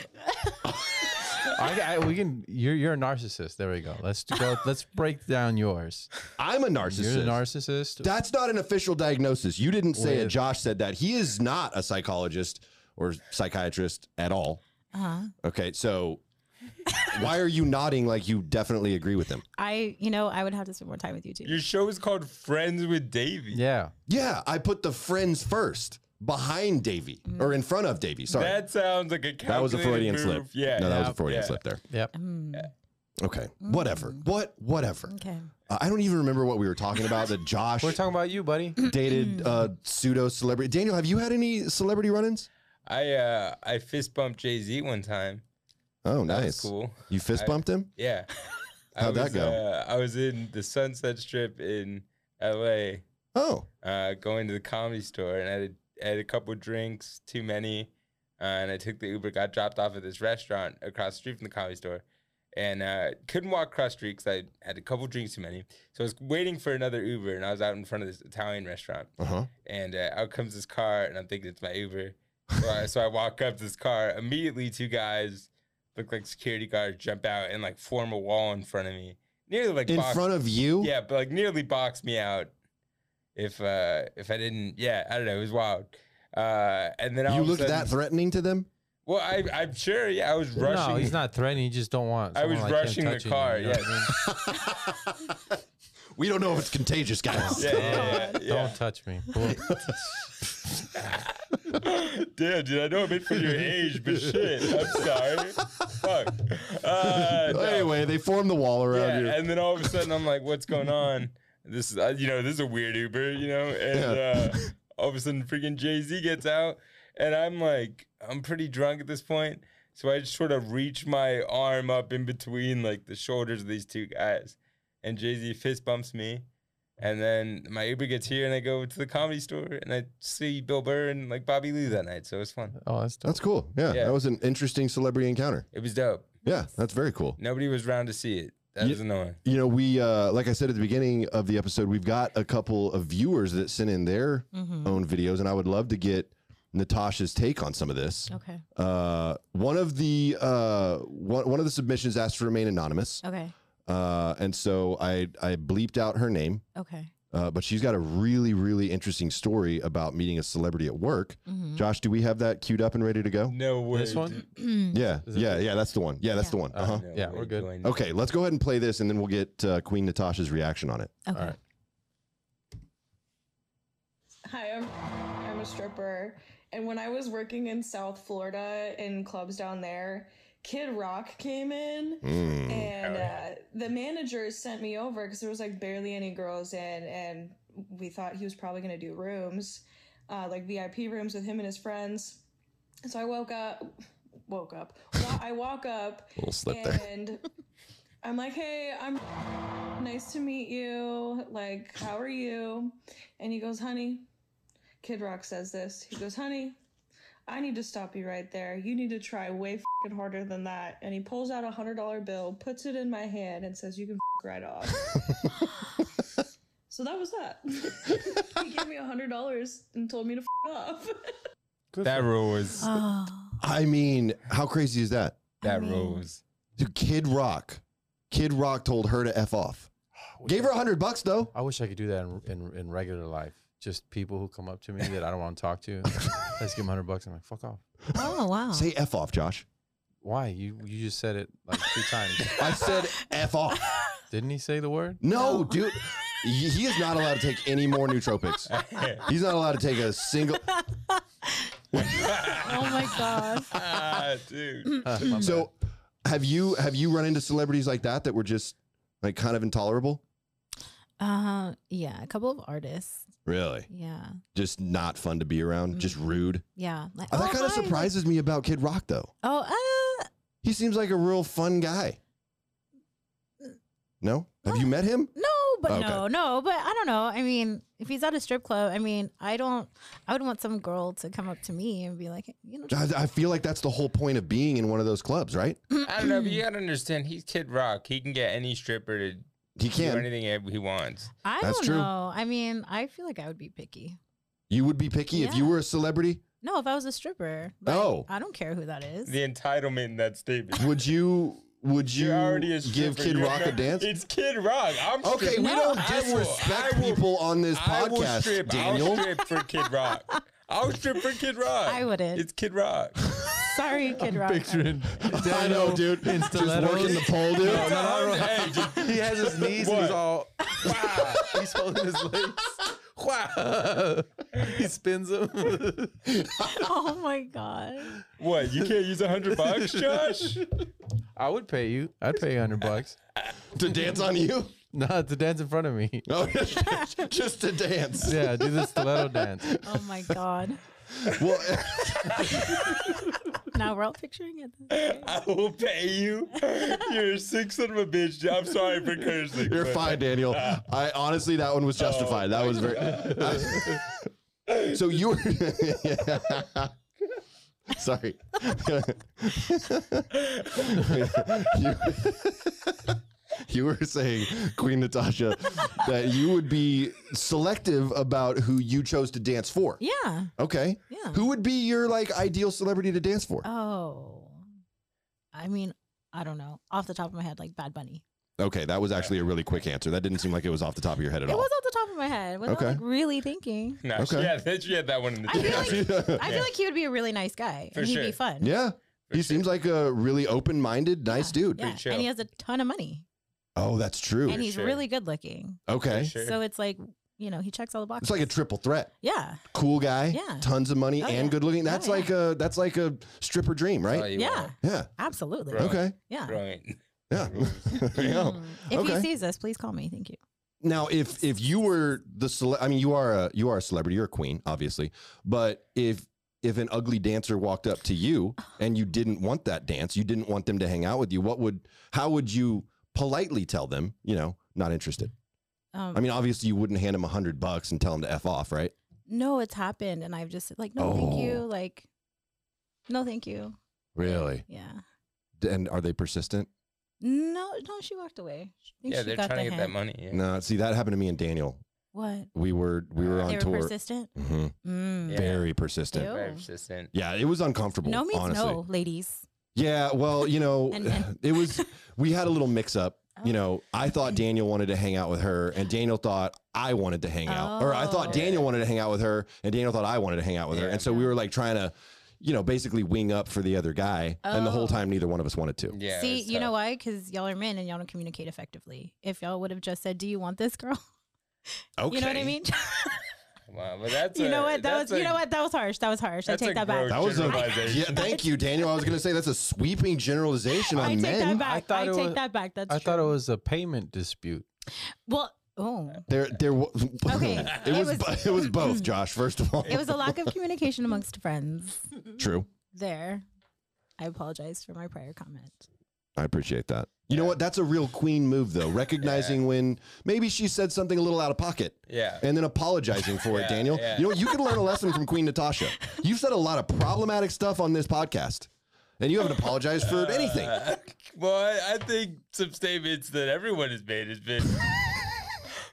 Speaker 2: I, I, we can. You're you're a narcissist. There we go. Let's go. Let's break down yours.
Speaker 1: I'm a
Speaker 2: You're a
Speaker 1: narcissist.
Speaker 2: narcissist.
Speaker 1: That's not an official diagnosis. You didn't say it.
Speaker 2: Wait.
Speaker 1: Josh said that. He is not a psychologist or psychiatrist at all.
Speaker 3: Uh huh.
Speaker 1: Okay, so why are you nodding like you definitely agree with him?
Speaker 3: I, you know, I would have to spend more time with you too.
Speaker 4: Your show is called Friends with Davey.
Speaker 2: yeah.
Speaker 1: Yeah, I put the friends first behind Davy or in front of Davy. Sorry.
Speaker 4: That sounds like a
Speaker 1: that was a Freudian
Speaker 4: calculated
Speaker 1: slip.
Speaker 4: move. Yeah.
Speaker 1: No, that was
Speaker 2: Yeah.
Speaker 1: a Freudian
Speaker 4: Yeah.
Speaker 1: slip there.
Speaker 2: Yep.
Speaker 3: Mm,
Speaker 1: Okay. Whatever. What whatever.
Speaker 3: okay.
Speaker 1: Uh, I don't even remember what we were talking about that Josh
Speaker 2: We're talking about you, buddy.
Speaker 1: dated uh pseudo celebrity. Daniel, have you had any celebrity run-ins?
Speaker 4: I uh I fist bumped Jay Z one time.
Speaker 1: Oh,
Speaker 4: That
Speaker 1: nice.
Speaker 4: was cool.
Speaker 1: You fist
Speaker 4: I-
Speaker 1: bumped him?
Speaker 4: Yeah. I
Speaker 1: How'd that
Speaker 4: was,
Speaker 1: go?
Speaker 4: Uh, I was in the Sunset Strip in L.A.
Speaker 1: Oh.
Speaker 4: Uh, going to the comedy store and I had a, had a couple drinks, too many, uh, and I took the Uber. Got dropped off at this restaurant across the street from the comedy store, and uh, couldn't walk across the street because I had a couple drinks too many. So I was waiting for another Uber, and I was out in front of this Italian restaurant.
Speaker 1: Uh-huh.
Speaker 4: and uh, out comes this car, and I'm thinking it's my Uber. So I, so I walk up to this car. Immediately, two guys look like security guards jump out and like form a wall in front of me, nearly like
Speaker 1: In
Speaker 4: box,
Speaker 1: front of you?
Speaker 4: yeah, but like nearly box me out. If uh if I didn't, yeah, I don't know, it was wild. Uh, and then all
Speaker 1: You
Speaker 4: of a
Speaker 1: looked
Speaker 4: sudden-
Speaker 1: that threatening to them?
Speaker 4: well. I I'm sure, yeah, I was rushing.
Speaker 2: No, he's not threatening. You just don't want.
Speaker 4: I was
Speaker 2: someone like him
Speaker 4: rushing the
Speaker 2: touching
Speaker 4: car,
Speaker 2: You, you know what I mean?
Speaker 1: we don't know if it's contagious, guys.
Speaker 4: Yeah, yeah, yeah, yeah.
Speaker 2: Don't touch me. Cool.
Speaker 4: Damn, dude, I know I'm in for your age, but shit, I'm sorry. Fuck. Uh, no.
Speaker 1: Anyway, they form the wall around
Speaker 4: yeah,
Speaker 1: you.
Speaker 4: and then all of a sudden I'm like, what's going on? This is, uh, you know, this is a weird Uber, you know, and
Speaker 1: Yeah.
Speaker 4: uh, all of a sudden freaking Jay Z gets out, and I'm like, I'm pretty drunk at this point, so I just sort of reach my arm up in between like the shoulders of these two guys, and Jay Z fist bumps me. And then my Uber gets here, and I go to the comedy store, and I see Bill Burr and like Bobby Lee that night. So it was fun.
Speaker 2: Oh, that's dope.
Speaker 1: that's cool. Yeah,
Speaker 4: Yeah.
Speaker 1: that was an interesting celebrity encounter.
Speaker 4: It was dope.
Speaker 1: Yeah, that's very cool.
Speaker 4: Nobody was around to see it. That
Speaker 1: Ye-
Speaker 4: was annoying.
Speaker 1: You know, we uh, like I said at the beginning of the episode, we've got a couple of viewers that sent in their
Speaker 3: Mm-hmm.
Speaker 1: own videos, and I would love to get Natasha's take on some of this.
Speaker 3: Okay.
Speaker 1: Uh, one of the uh, one, one of the submissions asked to remain anonymous,
Speaker 3: Okay.
Speaker 1: uh, and so I I bleeped out her name.
Speaker 3: Okay.
Speaker 1: Uh, but she's got a really, really interesting story about meeting a celebrity at work.
Speaker 3: Mhm.
Speaker 1: Josh, do we have that queued up and ready to go?
Speaker 4: No way.
Speaker 2: This one?
Speaker 4: dude.
Speaker 1: Yeah,
Speaker 2: Is it-
Speaker 1: yeah, yeah. That's the one. Yeah, that's
Speaker 3: Yeah.
Speaker 1: the one. Uh-huh.
Speaker 4: No
Speaker 2: Yeah, we're
Speaker 4: way
Speaker 2: good.
Speaker 4: do I know.
Speaker 1: Okay, let's go ahead and play this, and then we'll get uh, Queen Natasha's reaction on it.
Speaker 3: Okay.
Speaker 2: All right.
Speaker 5: Hi, I'm, I'm a stripper. And when I was working in South Florida in clubs down there, Kid Rock came in.
Speaker 1: Mm.
Speaker 5: And
Speaker 4: Oh, yeah.
Speaker 5: uh, the manager sent me over because there was like barely any girls in, and we thought he was probably going to do rooms, uh, like VIP rooms with him and his friends. So I woke up, woke up. Wa- I walk up,
Speaker 1: Little slip there.
Speaker 5: and I'm like, hey, I'm nice to meet you. Like, how are you? And he goes, honey, Kid Rock says this. He goes, honey, I need to stop you right there. You need to try way fing harder than that. And he pulls out a hundred dollar bill, puts it in my hand, and says, you can f- right off. so that was that. he gave me a hundred dollars and told me to f- off.
Speaker 4: That rule was.
Speaker 3: Oh,
Speaker 1: I mean, how crazy is that?
Speaker 4: that
Speaker 3: mean-
Speaker 4: rule was.
Speaker 1: Dude, Kid Rock. Kid Rock told her to f off. Gave her a hundred bucks though.
Speaker 2: I wish I could do that in, in in regular life. Just people who come up to me that I don't want to talk to.
Speaker 1: Oh.
Speaker 2: Let's give them hundred bucks. I'm like, fuck off.
Speaker 3: oh wow.
Speaker 1: Say f off, Josh.
Speaker 2: Why? You you just said it like two times.
Speaker 1: I said f off.
Speaker 2: Didn't he say the word?
Speaker 1: No, dude. He he is not allowed to take any more nootropics. He's not allowed to take a single.
Speaker 3: Oh my god.
Speaker 4: ah, dude.
Speaker 2: Huh, my
Speaker 1: So, have you have you run into celebrities like that that were just like kind of intolerable?
Speaker 3: Uh, yeah, a couple of artists.
Speaker 1: Really,
Speaker 3: Yeah,
Speaker 1: just not fun to be around, just rude.
Speaker 3: yeah. Like,
Speaker 1: that kind of
Speaker 3: Oh, hi, like-
Speaker 1: surprises me about Kid Rock, though.
Speaker 3: Oh, uh,
Speaker 1: He seems like a real fun guy. No, have you met him?
Speaker 3: no, but
Speaker 1: Oh, Okay.
Speaker 3: no, no, but I don't know. I mean, if he's at a strip club, I mean, I don't. I would want some girl to come up to me and be like, you know,
Speaker 1: I, I feel like that's the whole point of being in one of those clubs, right?
Speaker 4: I don't know, but you gotta understand, he's Kid Rock. He can get any stripper to
Speaker 1: He
Speaker 4: do
Speaker 1: can.
Speaker 4: anything he wants.
Speaker 3: I
Speaker 1: That's
Speaker 3: don't
Speaker 1: true.
Speaker 3: know. I mean, I feel like I would be picky.
Speaker 1: You would be picky if you
Speaker 3: Yeah.
Speaker 1: were a celebrity.
Speaker 3: No, if I was a stripper, like,
Speaker 1: Oh.
Speaker 3: I don't care who that is.
Speaker 4: The entitlement in that statement.
Speaker 1: Would you? Would you
Speaker 4: You're already a stripper.
Speaker 1: give Kid
Speaker 4: You're
Speaker 1: Rock a
Speaker 4: not-
Speaker 1: dance?
Speaker 4: It's Kid Rock. I'm
Speaker 1: Okay,
Speaker 4: stripping.
Speaker 1: we
Speaker 3: No,
Speaker 1: don't
Speaker 4: I will-
Speaker 1: disrespect
Speaker 4: I will-
Speaker 1: people on this
Speaker 4: I will
Speaker 1: podcast,
Speaker 4: strip.
Speaker 1: Daniel.
Speaker 4: I'll strip for Kid Rock. I'll strip for Kid Rock.
Speaker 3: I wouldn't.
Speaker 4: It's Kid Rock.
Speaker 3: Sorry, Kid Rock.
Speaker 2: picturing
Speaker 1: I know, dude.
Speaker 2: in
Speaker 1: Just
Speaker 2: stilettos.
Speaker 1: working the pole, dude.
Speaker 4: No, no, no. Hey, just-
Speaker 2: He has his knees and
Speaker 4: What?
Speaker 2: he's all
Speaker 4: wow.
Speaker 2: he's holding his legs. Wow. he spins them.
Speaker 3: Oh my god.
Speaker 4: What? You can't use a hundred bucks, Josh?
Speaker 2: I would pay you. I'd pay you hundred bucks.
Speaker 1: to dance on you?
Speaker 2: Not to dance in front of me.
Speaker 1: No, just to dance.
Speaker 2: Yeah, do the stiletto dance.
Speaker 3: Oh my god.
Speaker 1: Well,
Speaker 3: Now we're all picturing it.
Speaker 4: I will pay you. You're a sick son of a bitch. I'm sorry for cursing.
Speaker 1: you're
Speaker 4: but-
Speaker 1: fine, Daniel. I honestly, that one was justified. that was very. so you were. Sorry. you, you were saying, Queen Natasha, that you would be selective about who you chose to dance for.
Speaker 3: Yeah.
Speaker 1: Okay.
Speaker 3: Yeah.
Speaker 1: Who would be your like ideal celebrity to dance for?
Speaker 3: Oh. I mean, I don't know. Off the top of my head, like Bad Bunny.
Speaker 1: Okay, that was actually a really quick answer. That didn't seem like it was off the top of your head at
Speaker 3: It
Speaker 1: all.
Speaker 3: was off the top of my head. When I was
Speaker 1: Okay.
Speaker 3: like really thinking.
Speaker 4: No,
Speaker 1: Okay.
Speaker 4: she, had, that- she had that one in the
Speaker 3: I feel like-
Speaker 4: tail.
Speaker 3: I feel like he would be a really nice guy.
Speaker 4: For
Speaker 3: and he'd be
Speaker 4: sure.
Speaker 3: fun.
Speaker 1: yeah. He seems like a really open-minded, nice dude.
Speaker 3: Yeah.
Speaker 4: chill.
Speaker 3: And he has a ton of money.
Speaker 1: Oh, that's true.
Speaker 3: and he's
Speaker 4: sure.
Speaker 3: really good looking.
Speaker 1: okay.
Speaker 4: Sure.
Speaker 3: So it's like, you know, he checks all the
Speaker 1: It's
Speaker 3: boxes.
Speaker 1: like a triple threat.
Speaker 3: Yeah.
Speaker 1: Cool guy,
Speaker 3: Yeah.
Speaker 1: tons of money
Speaker 3: Oh,
Speaker 1: and
Speaker 3: yeah.
Speaker 1: good looking.
Speaker 3: Oh,
Speaker 1: That's
Speaker 3: yeah.
Speaker 1: like a that's like a stripper dream,
Speaker 4: That's all
Speaker 1: right?
Speaker 4: Oh, you
Speaker 3: Yeah.
Speaker 4: want.
Speaker 1: Yeah.
Speaker 3: Absolutely.
Speaker 4: Right.
Speaker 1: Okay.
Speaker 3: Yeah.
Speaker 4: Brilliant.
Speaker 1: Yeah. There you go.
Speaker 3: Mm. If
Speaker 1: Okay.
Speaker 3: he sees us, please call me. Thank you.
Speaker 1: Now, if if you were the cele- I mean, you are a you are a celebrity, you're a queen, obviously. But if if an ugly dancer walked up to you and you didn't want that dance, you didn't want them to hang out with you, what would how would you politely tell them, you know, not interested?
Speaker 3: Um,
Speaker 1: I mean, obviously you wouldn't hand them a hundred bucks and tell them to F off, right?
Speaker 3: no, it's happened. And I've just like, no, thank you.
Speaker 1: Oh.
Speaker 3: Like, no, thank you.
Speaker 1: Really?
Speaker 3: Yeah.
Speaker 1: And are they persistent?
Speaker 3: No, no, she walked away. I think
Speaker 4: Yeah,
Speaker 3: she
Speaker 4: they're
Speaker 3: got
Speaker 4: trying to
Speaker 3: the
Speaker 4: get that
Speaker 3: hint.
Speaker 4: money. Yeah.
Speaker 1: No, see that happened to me and Daniel.
Speaker 3: What?
Speaker 1: We were we were
Speaker 4: They
Speaker 1: on
Speaker 3: They were
Speaker 1: tour.
Speaker 3: persistent?
Speaker 1: Mhm.
Speaker 3: Mm.
Speaker 4: Yeah.
Speaker 1: Very persistent.
Speaker 3: Ew.
Speaker 4: Very persistent.
Speaker 1: Yeah, it was uncomfortable.
Speaker 3: No means
Speaker 1: honestly.
Speaker 3: no, ladies.
Speaker 1: Yeah, well, you know,
Speaker 3: And men.
Speaker 1: it was we had a little mix up. You
Speaker 3: Oh.
Speaker 1: know, I thought Daniel wanted to hang out with her, and Daniel thought I wanted to hang out, or I thought
Speaker 3: Oh.
Speaker 1: Daniel wanted to hang out with her, and Daniel thought I wanted to hang out with her,
Speaker 4: Yeah.
Speaker 1: and so we were like trying to, you know, basically wing up for the other guy, and the whole
Speaker 3: Oh.
Speaker 1: time neither one of us wanted to.
Speaker 4: Yeah.
Speaker 3: See,
Speaker 4: it's
Speaker 3: you know
Speaker 4: tough.
Speaker 3: why? Because y'all are men and y'all don't communicate effectively. If y'all would have just said, "Do you want this girl?" You know what I mean?
Speaker 4: Wow, but that's
Speaker 3: you know
Speaker 4: a-
Speaker 3: what? That
Speaker 4: that's
Speaker 3: was. you
Speaker 4: a-
Speaker 3: know what? That was harsh. That was harsh. I
Speaker 4: that's a
Speaker 3: take that back.
Speaker 4: gross
Speaker 1: That was a
Speaker 4: generalization.
Speaker 1: yeah. Thank you, Daniel. I was gonna say that's a sweeping generalization on
Speaker 3: I take
Speaker 1: men.
Speaker 3: that back.
Speaker 2: I
Speaker 3: I,
Speaker 2: thought it
Speaker 3: take
Speaker 2: was-
Speaker 3: that back. That's
Speaker 2: I
Speaker 3: true.
Speaker 2: thought it was a payment dispute.
Speaker 3: well. Oh,
Speaker 1: There, there. wa-
Speaker 3: Okay,
Speaker 1: it
Speaker 3: it
Speaker 1: was.
Speaker 3: was-
Speaker 1: bo- It was both, Josh. First of all,
Speaker 3: it was a lack of communication amongst friends.
Speaker 1: true.
Speaker 3: There, I apologize for my prior comment.
Speaker 1: I appreciate that. You know what? That's a real queen move, though. Recognizing when maybe she said something a little out of pocket
Speaker 4: Yeah.
Speaker 1: and then apologizing for it,
Speaker 4: Yeah,
Speaker 1: Daniel.
Speaker 4: yeah.
Speaker 1: You know, what? you can learn a lesson from Queen Natasha. You've said a lot of problematic stuff on this podcast, and you haven't apologized for anything.
Speaker 4: Uh, well, I, I think some statements that everyone has made has been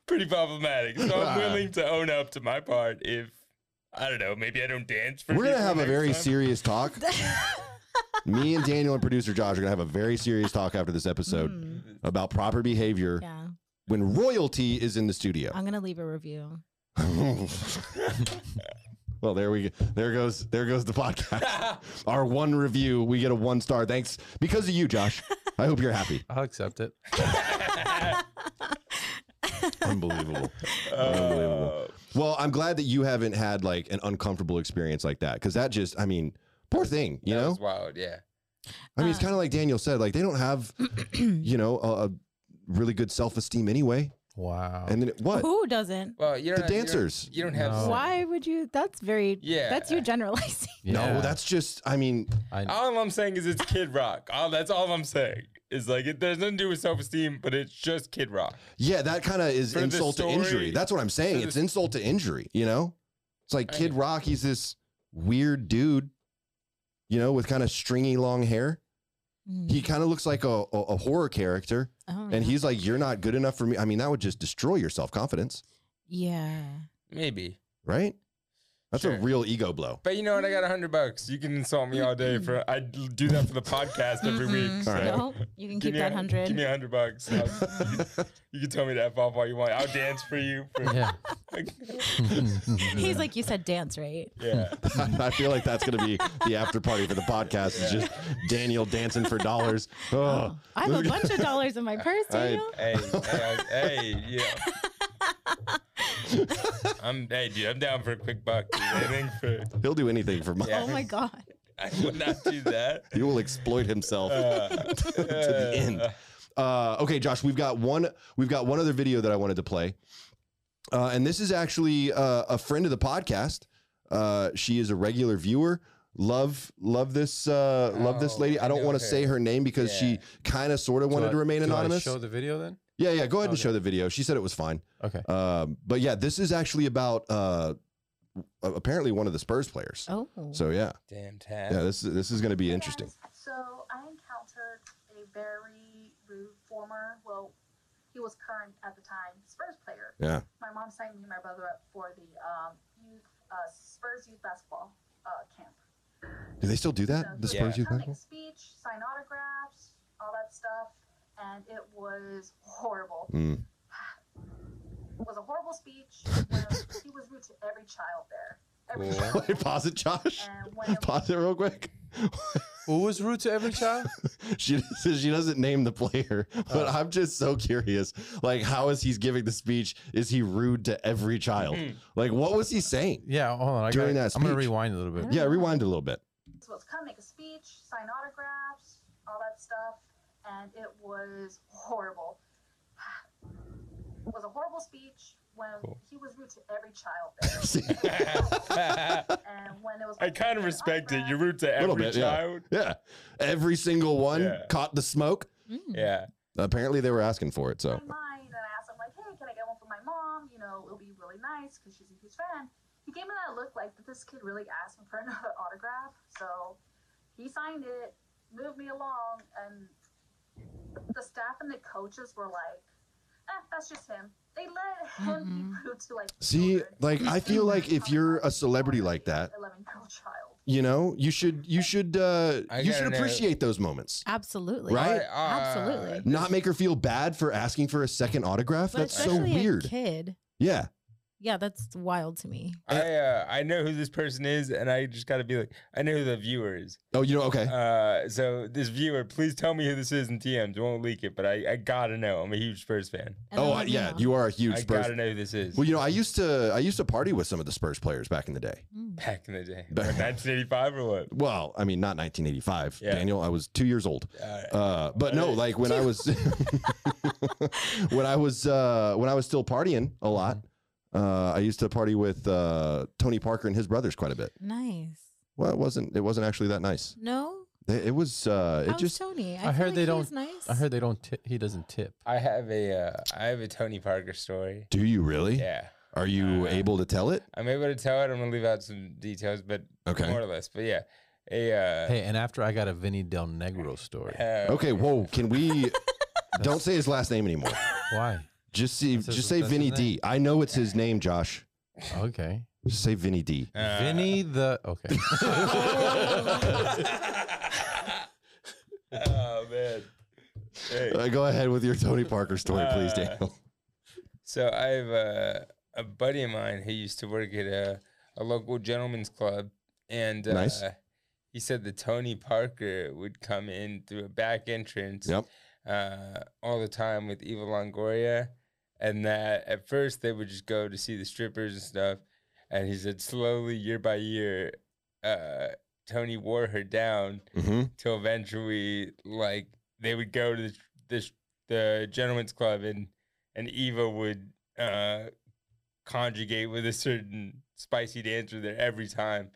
Speaker 4: pretty problematic. So I'm willing to own up to my part if I don't know, maybe I don't dance for
Speaker 1: We're gonna
Speaker 4: people
Speaker 1: have a
Speaker 4: next
Speaker 1: very
Speaker 4: time.
Speaker 1: serious talk. Me and Daniel and producer Josh are gonna have a very serious talk after this episode about proper behavior
Speaker 3: Yeah,
Speaker 1: when royalty is in the studio.
Speaker 3: I'm gonna leave a review.
Speaker 1: well, there we go. There goes there goes the podcast. Our one review, we get a one star. Thanks because of you, Josh. I hope you're happy.
Speaker 2: I'll accept it.
Speaker 1: Unbelievable.
Speaker 4: Uh,
Speaker 1: Well, I'm glad that you haven't had like an uncomfortable experience like that because that just, I mean, poor thing, you
Speaker 4: that
Speaker 1: know?
Speaker 4: was wild. Yeah.
Speaker 1: I mean, it's
Speaker 3: Uh,
Speaker 1: kind of like Daniel said, like they don't have, you know, a, a really good self esteem anyway.
Speaker 2: Wow.
Speaker 1: And then it, what?
Speaker 3: Who doesn't?
Speaker 4: Well, you
Speaker 1: The
Speaker 4: don't you don't-
Speaker 1: dancers.
Speaker 4: You don't, have.
Speaker 2: No.
Speaker 3: Why would you? That's very.
Speaker 4: Oh. Yeah.
Speaker 3: That's you generalizing.
Speaker 1: No, that's just, I mean,
Speaker 2: I,
Speaker 4: All I'm saying is it's Kid Rock. All that's all I'm saying. It's like it there's nothing to do with self esteem, but it's just Kid Rock.
Speaker 1: yeah, that kind of is
Speaker 4: For the
Speaker 1: insult to injury.
Speaker 4: story-
Speaker 1: That's what I'm saying.
Speaker 4: for
Speaker 1: It's
Speaker 4: the-
Speaker 1: insult to injury, you know? It's like Kid
Speaker 4: Right.
Speaker 1: Rock, he's this weird dude, you know, with kind of stringy long hair. He kind of looks like a, a, a horror character.
Speaker 3: Oh,
Speaker 1: And
Speaker 3: yeah.
Speaker 1: he's like, You're not good enough for me. I mean, that would just destroy your self confidence,
Speaker 3: Yeah.
Speaker 4: Maybe.
Speaker 1: right? That's a
Speaker 4: Sure.
Speaker 1: real ego blow.
Speaker 4: But you know what? I got a hundred bucks. You can insult me all day for I do that for the podcast every week.
Speaker 3: Mm-mm.
Speaker 4: So.
Speaker 1: All right.
Speaker 3: No, you can
Speaker 4: Give
Speaker 3: keep
Speaker 4: me
Speaker 3: that
Speaker 4: a-
Speaker 3: hundred.
Speaker 4: Give me a hundred bucks. I'll- you, can- you can tell me to f off all you want. I'll dance for you. For,
Speaker 2: yeah.
Speaker 1: Mm-hmm.
Speaker 3: He's like, you said dance, right?
Speaker 4: yeah.
Speaker 1: I feel like that's going to be the after party for the podcast. It's just Daniel dancing for dollars. Oh,
Speaker 3: I have a bunch of dollars in my purse,
Speaker 1: I-
Speaker 3: Daniel.
Speaker 4: Hey, hey, I- hey, yeah. I'm hey, dude. I'm down for a quick buck. Dude. Anything for
Speaker 1: he'll do anything for money.
Speaker 4: Yeah.
Speaker 3: Oh my god.
Speaker 4: I would not do that.
Speaker 1: He will exploit himself
Speaker 2: Uh,
Speaker 1: to the end. Uh, okay, Josh, we've got one. We've got one other video that I wanted to play, uh, and this is actually uh, a friend of the podcast. Uh, she is a regular viewer. Love, love this, uh, love this
Speaker 4: Oh,
Speaker 1: lady. I
Speaker 4: I
Speaker 1: don't
Speaker 4: know
Speaker 1: want to
Speaker 4: her.
Speaker 1: say her name because she
Speaker 4: Yeah.
Speaker 1: kind of, sort of wanted
Speaker 2: Do I-
Speaker 1: to remain
Speaker 2: do I
Speaker 1: anonymous.
Speaker 2: show the video then.
Speaker 1: Yeah, yeah. Go ahead and
Speaker 2: Okay.
Speaker 1: show the video. She said it was fine.
Speaker 2: Okay.
Speaker 1: Um, but yeah, this is actually about uh, a- apparently one of the Spurs players.
Speaker 3: Oh.
Speaker 1: So yeah,
Speaker 4: Damn tab.
Speaker 1: yeah. This is this is going to be
Speaker 6: Hey
Speaker 1: interesting.
Speaker 6: guys. So I encountered a very rude former, well, he was current at the time, Spurs player.
Speaker 1: Yeah.
Speaker 6: My mom signed me and my brother up for the um, youth uh, Spurs youth basketball uh, camp.
Speaker 1: Do they still do that? The
Speaker 6: So
Speaker 1: Spurs
Speaker 4: Yeah.
Speaker 1: youth
Speaker 6: come,
Speaker 1: basketball?
Speaker 6: make speech, sign autographs, all that stuff, and it was horrible.
Speaker 1: Mm.
Speaker 6: It was a horrible speech. where he was rude to every child there. Every child.
Speaker 1: Wait, pause it, Josh.
Speaker 6: And when it
Speaker 1: Pause it real quick.
Speaker 2: Who was rude to every child?
Speaker 1: She says she doesn't name the player,
Speaker 4: Oh.
Speaker 1: but I'm just so curious. Like, how is he's giving the speech? Is he rude to every child?
Speaker 4: Hmm.
Speaker 1: Like, what was he saying?
Speaker 2: Yeah. Hold on. I
Speaker 1: During
Speaker 2: gotta-
Speaker 1: that
Speaker 2: I'm gonna
Speaker 1: speech.
Speaker 2: rewind a little bit.
Speaker 1: Yeah, rewind a little bit.
Speaker 6: So it's come make a speech, sign autographs, all that stuff, and it was horrible. It was a horrible speech when he was rude to every child there.
Speaker 1: See?
Speaker 6: and when it was
Speaker 4: I kind of respect it. You're rude to every
Speaker 1: Little bit, yeah.
Speaker 4: child.
Speaker 1: yeah, every single one
Speaker 4: Yeah.
Speaker 1: caught the smoke.
Speaker 3: Mm.
Speaker 4: Yeah.
Speaker 1: Apparently, they were asking for it. So,
Speaker 6: my mind, and I asked him like, "Hey, can I get one for my mom? You know, it'll be really nice because she's a huge fan." He gave me that look like, "Did this kid really ask me for another autograph?" So he signed it, moved me along, and the staff and the coaches were like, eh, "That's just him." They let him be rude to like.
Speaker 1: Mm-hmm. see,
Speaker 6: children.
Speaker 1: like, I feel like if you're a celebrity like that,
Speaker 6: eleven-year-old child.
Speaker 1: you know, you should, you should, uh,
Speaker 4: I
Speaker 1: you should
Speaker 4: gotta know.
Speaker 1: appreciate those moments,
Speaker 3: Absolutely.
Speaker 1: Right?
Speaker 4: Uh,
Speaker 3: Absolutely.
Speaker 1: not make her feel bad for asking for a second autograph.
Speaker 3: But
Speaker 1: That's so
Speaker 3: especially a
Speaker 1: weird.
Speaker 3: kid.
Speaker 1: Yeah,
Speaker 3: Yeah, that's wild to me.
Speaker 4: I uh, I know who this person is, and I just gotta be like, I know who the viewer is.
Speaker 1: Oh, you know, okay.
Speaker 4: Uh, so this viewer, please tell me who this is in TMs. Won't leak it, but I, I gotta know. I'm a huge Spurs fan.
Speaker 3: And
Speaker 1: oh,
Speaker 3: then
Speaker 1: I,
Speaker 3: let me
Speaker 1: yeah,
Speaker 3: know.
Speaker 1: you are a huge
Speaker 4: I
Speaker 1: Spurs.
Speaker 4: gotta know who this is.
Speaker 1: Well, you know, I used to, I used to party with some of the Spurs players back in the day.
Speaker 3: Mm.
Speaker 4: Back in the day,
Speaker 1: Back-
Speaker 4: Like 1985 or what?
Speaker 1: Well, I mean, not 1985,
Speaker 4: Yeah.
Speaker 1: Daniel. I was two years old.
Speaker 4: Alright.
Speaker 1: Uh, but no,
Speaker 4: Hey.
Speaker 1: like when I was, when I was, uh, when I was still partying a lot,
Speaker 4: Mm-hmm.
Speaker 1: uh, I used to party with uh, Tony Parker and his brothers quite a bit.
Speaker 3: Nice.
Speaker 1: Well, it wasn't, it wasn't actually that nice.
Speaker 3: No,
Speaker 1: It, it was, uh,
Speaker 4: Oh,
Speaker 3: I
Speaker 1: it just,
Speaker 3: Tony. I,
Speaker 2: I
Speaker 3: feel
Speaker 2: heard
Speaker 3: like
Speaker 2: they
Speaker 3: he
Speaker 2: don't-
Speaker 3: was Nice.
Speaker 2: I heard they don't. Tip, he doesn't tip.
Speaker 4: I have a uh, I have a Tony Parker story.
Speaker 1: do you really?
Speaker 4: Yeah,
Speaker 1: Are you
Speaker 4: Uh,
Speaker 1: able to tell it?
Speaker 4: I'm able to tell it. I'm gonna leave out some details, but
Speaker 1: Okay.
Speaker 4: more or less. But yeah, a uh,
Speaker 2: Hey, and after I got a Vinny Del Negro story.
Speaker 4: uh,
Speaker 1: Okay. Whoa. Can we, don't say his last name anymore.
Speaker 2: Why?
Speaker 1: Just see,
Speaker 2: That's his-
Speaker 1: just say
Speaker 2: that's his
Speaker 1: Vinny
Speaker 2: name.
Speaker 1: D. I know it's his name, Josh.
Speaker 2: Okay.
Speaker 1: Just say Vinny D.
Speaker 4: uh,
Speaker 2: Vinny the. Okay.
Speaker 4: oh man. Hey.
Speaker 1: Uh, go ahead with your Tony Parker story, please,
Speaker 4: Uh,
Speaker 1: Daniel.
Speaker 4: So I have a, a buddy of mine who used to work at a, a local gentleman's club, and uh,
Speaker 1: Nice.
Speaker 4: he said that Tony Parker would come in through a back entrance
Speaker 1: Yep.
Speaker 4: uh, all the time with Eva Longoria and that at first they would just go to see the strippers and stuff. And he said, slowly, year by year, uh, Tony wore her down
Speaker 1: Mm-hmm.
Speaker 4: till eventually, like, they would go to the the, the gentleman's club and and Eva would uh, conjugate with a certain spicy dancer there every time.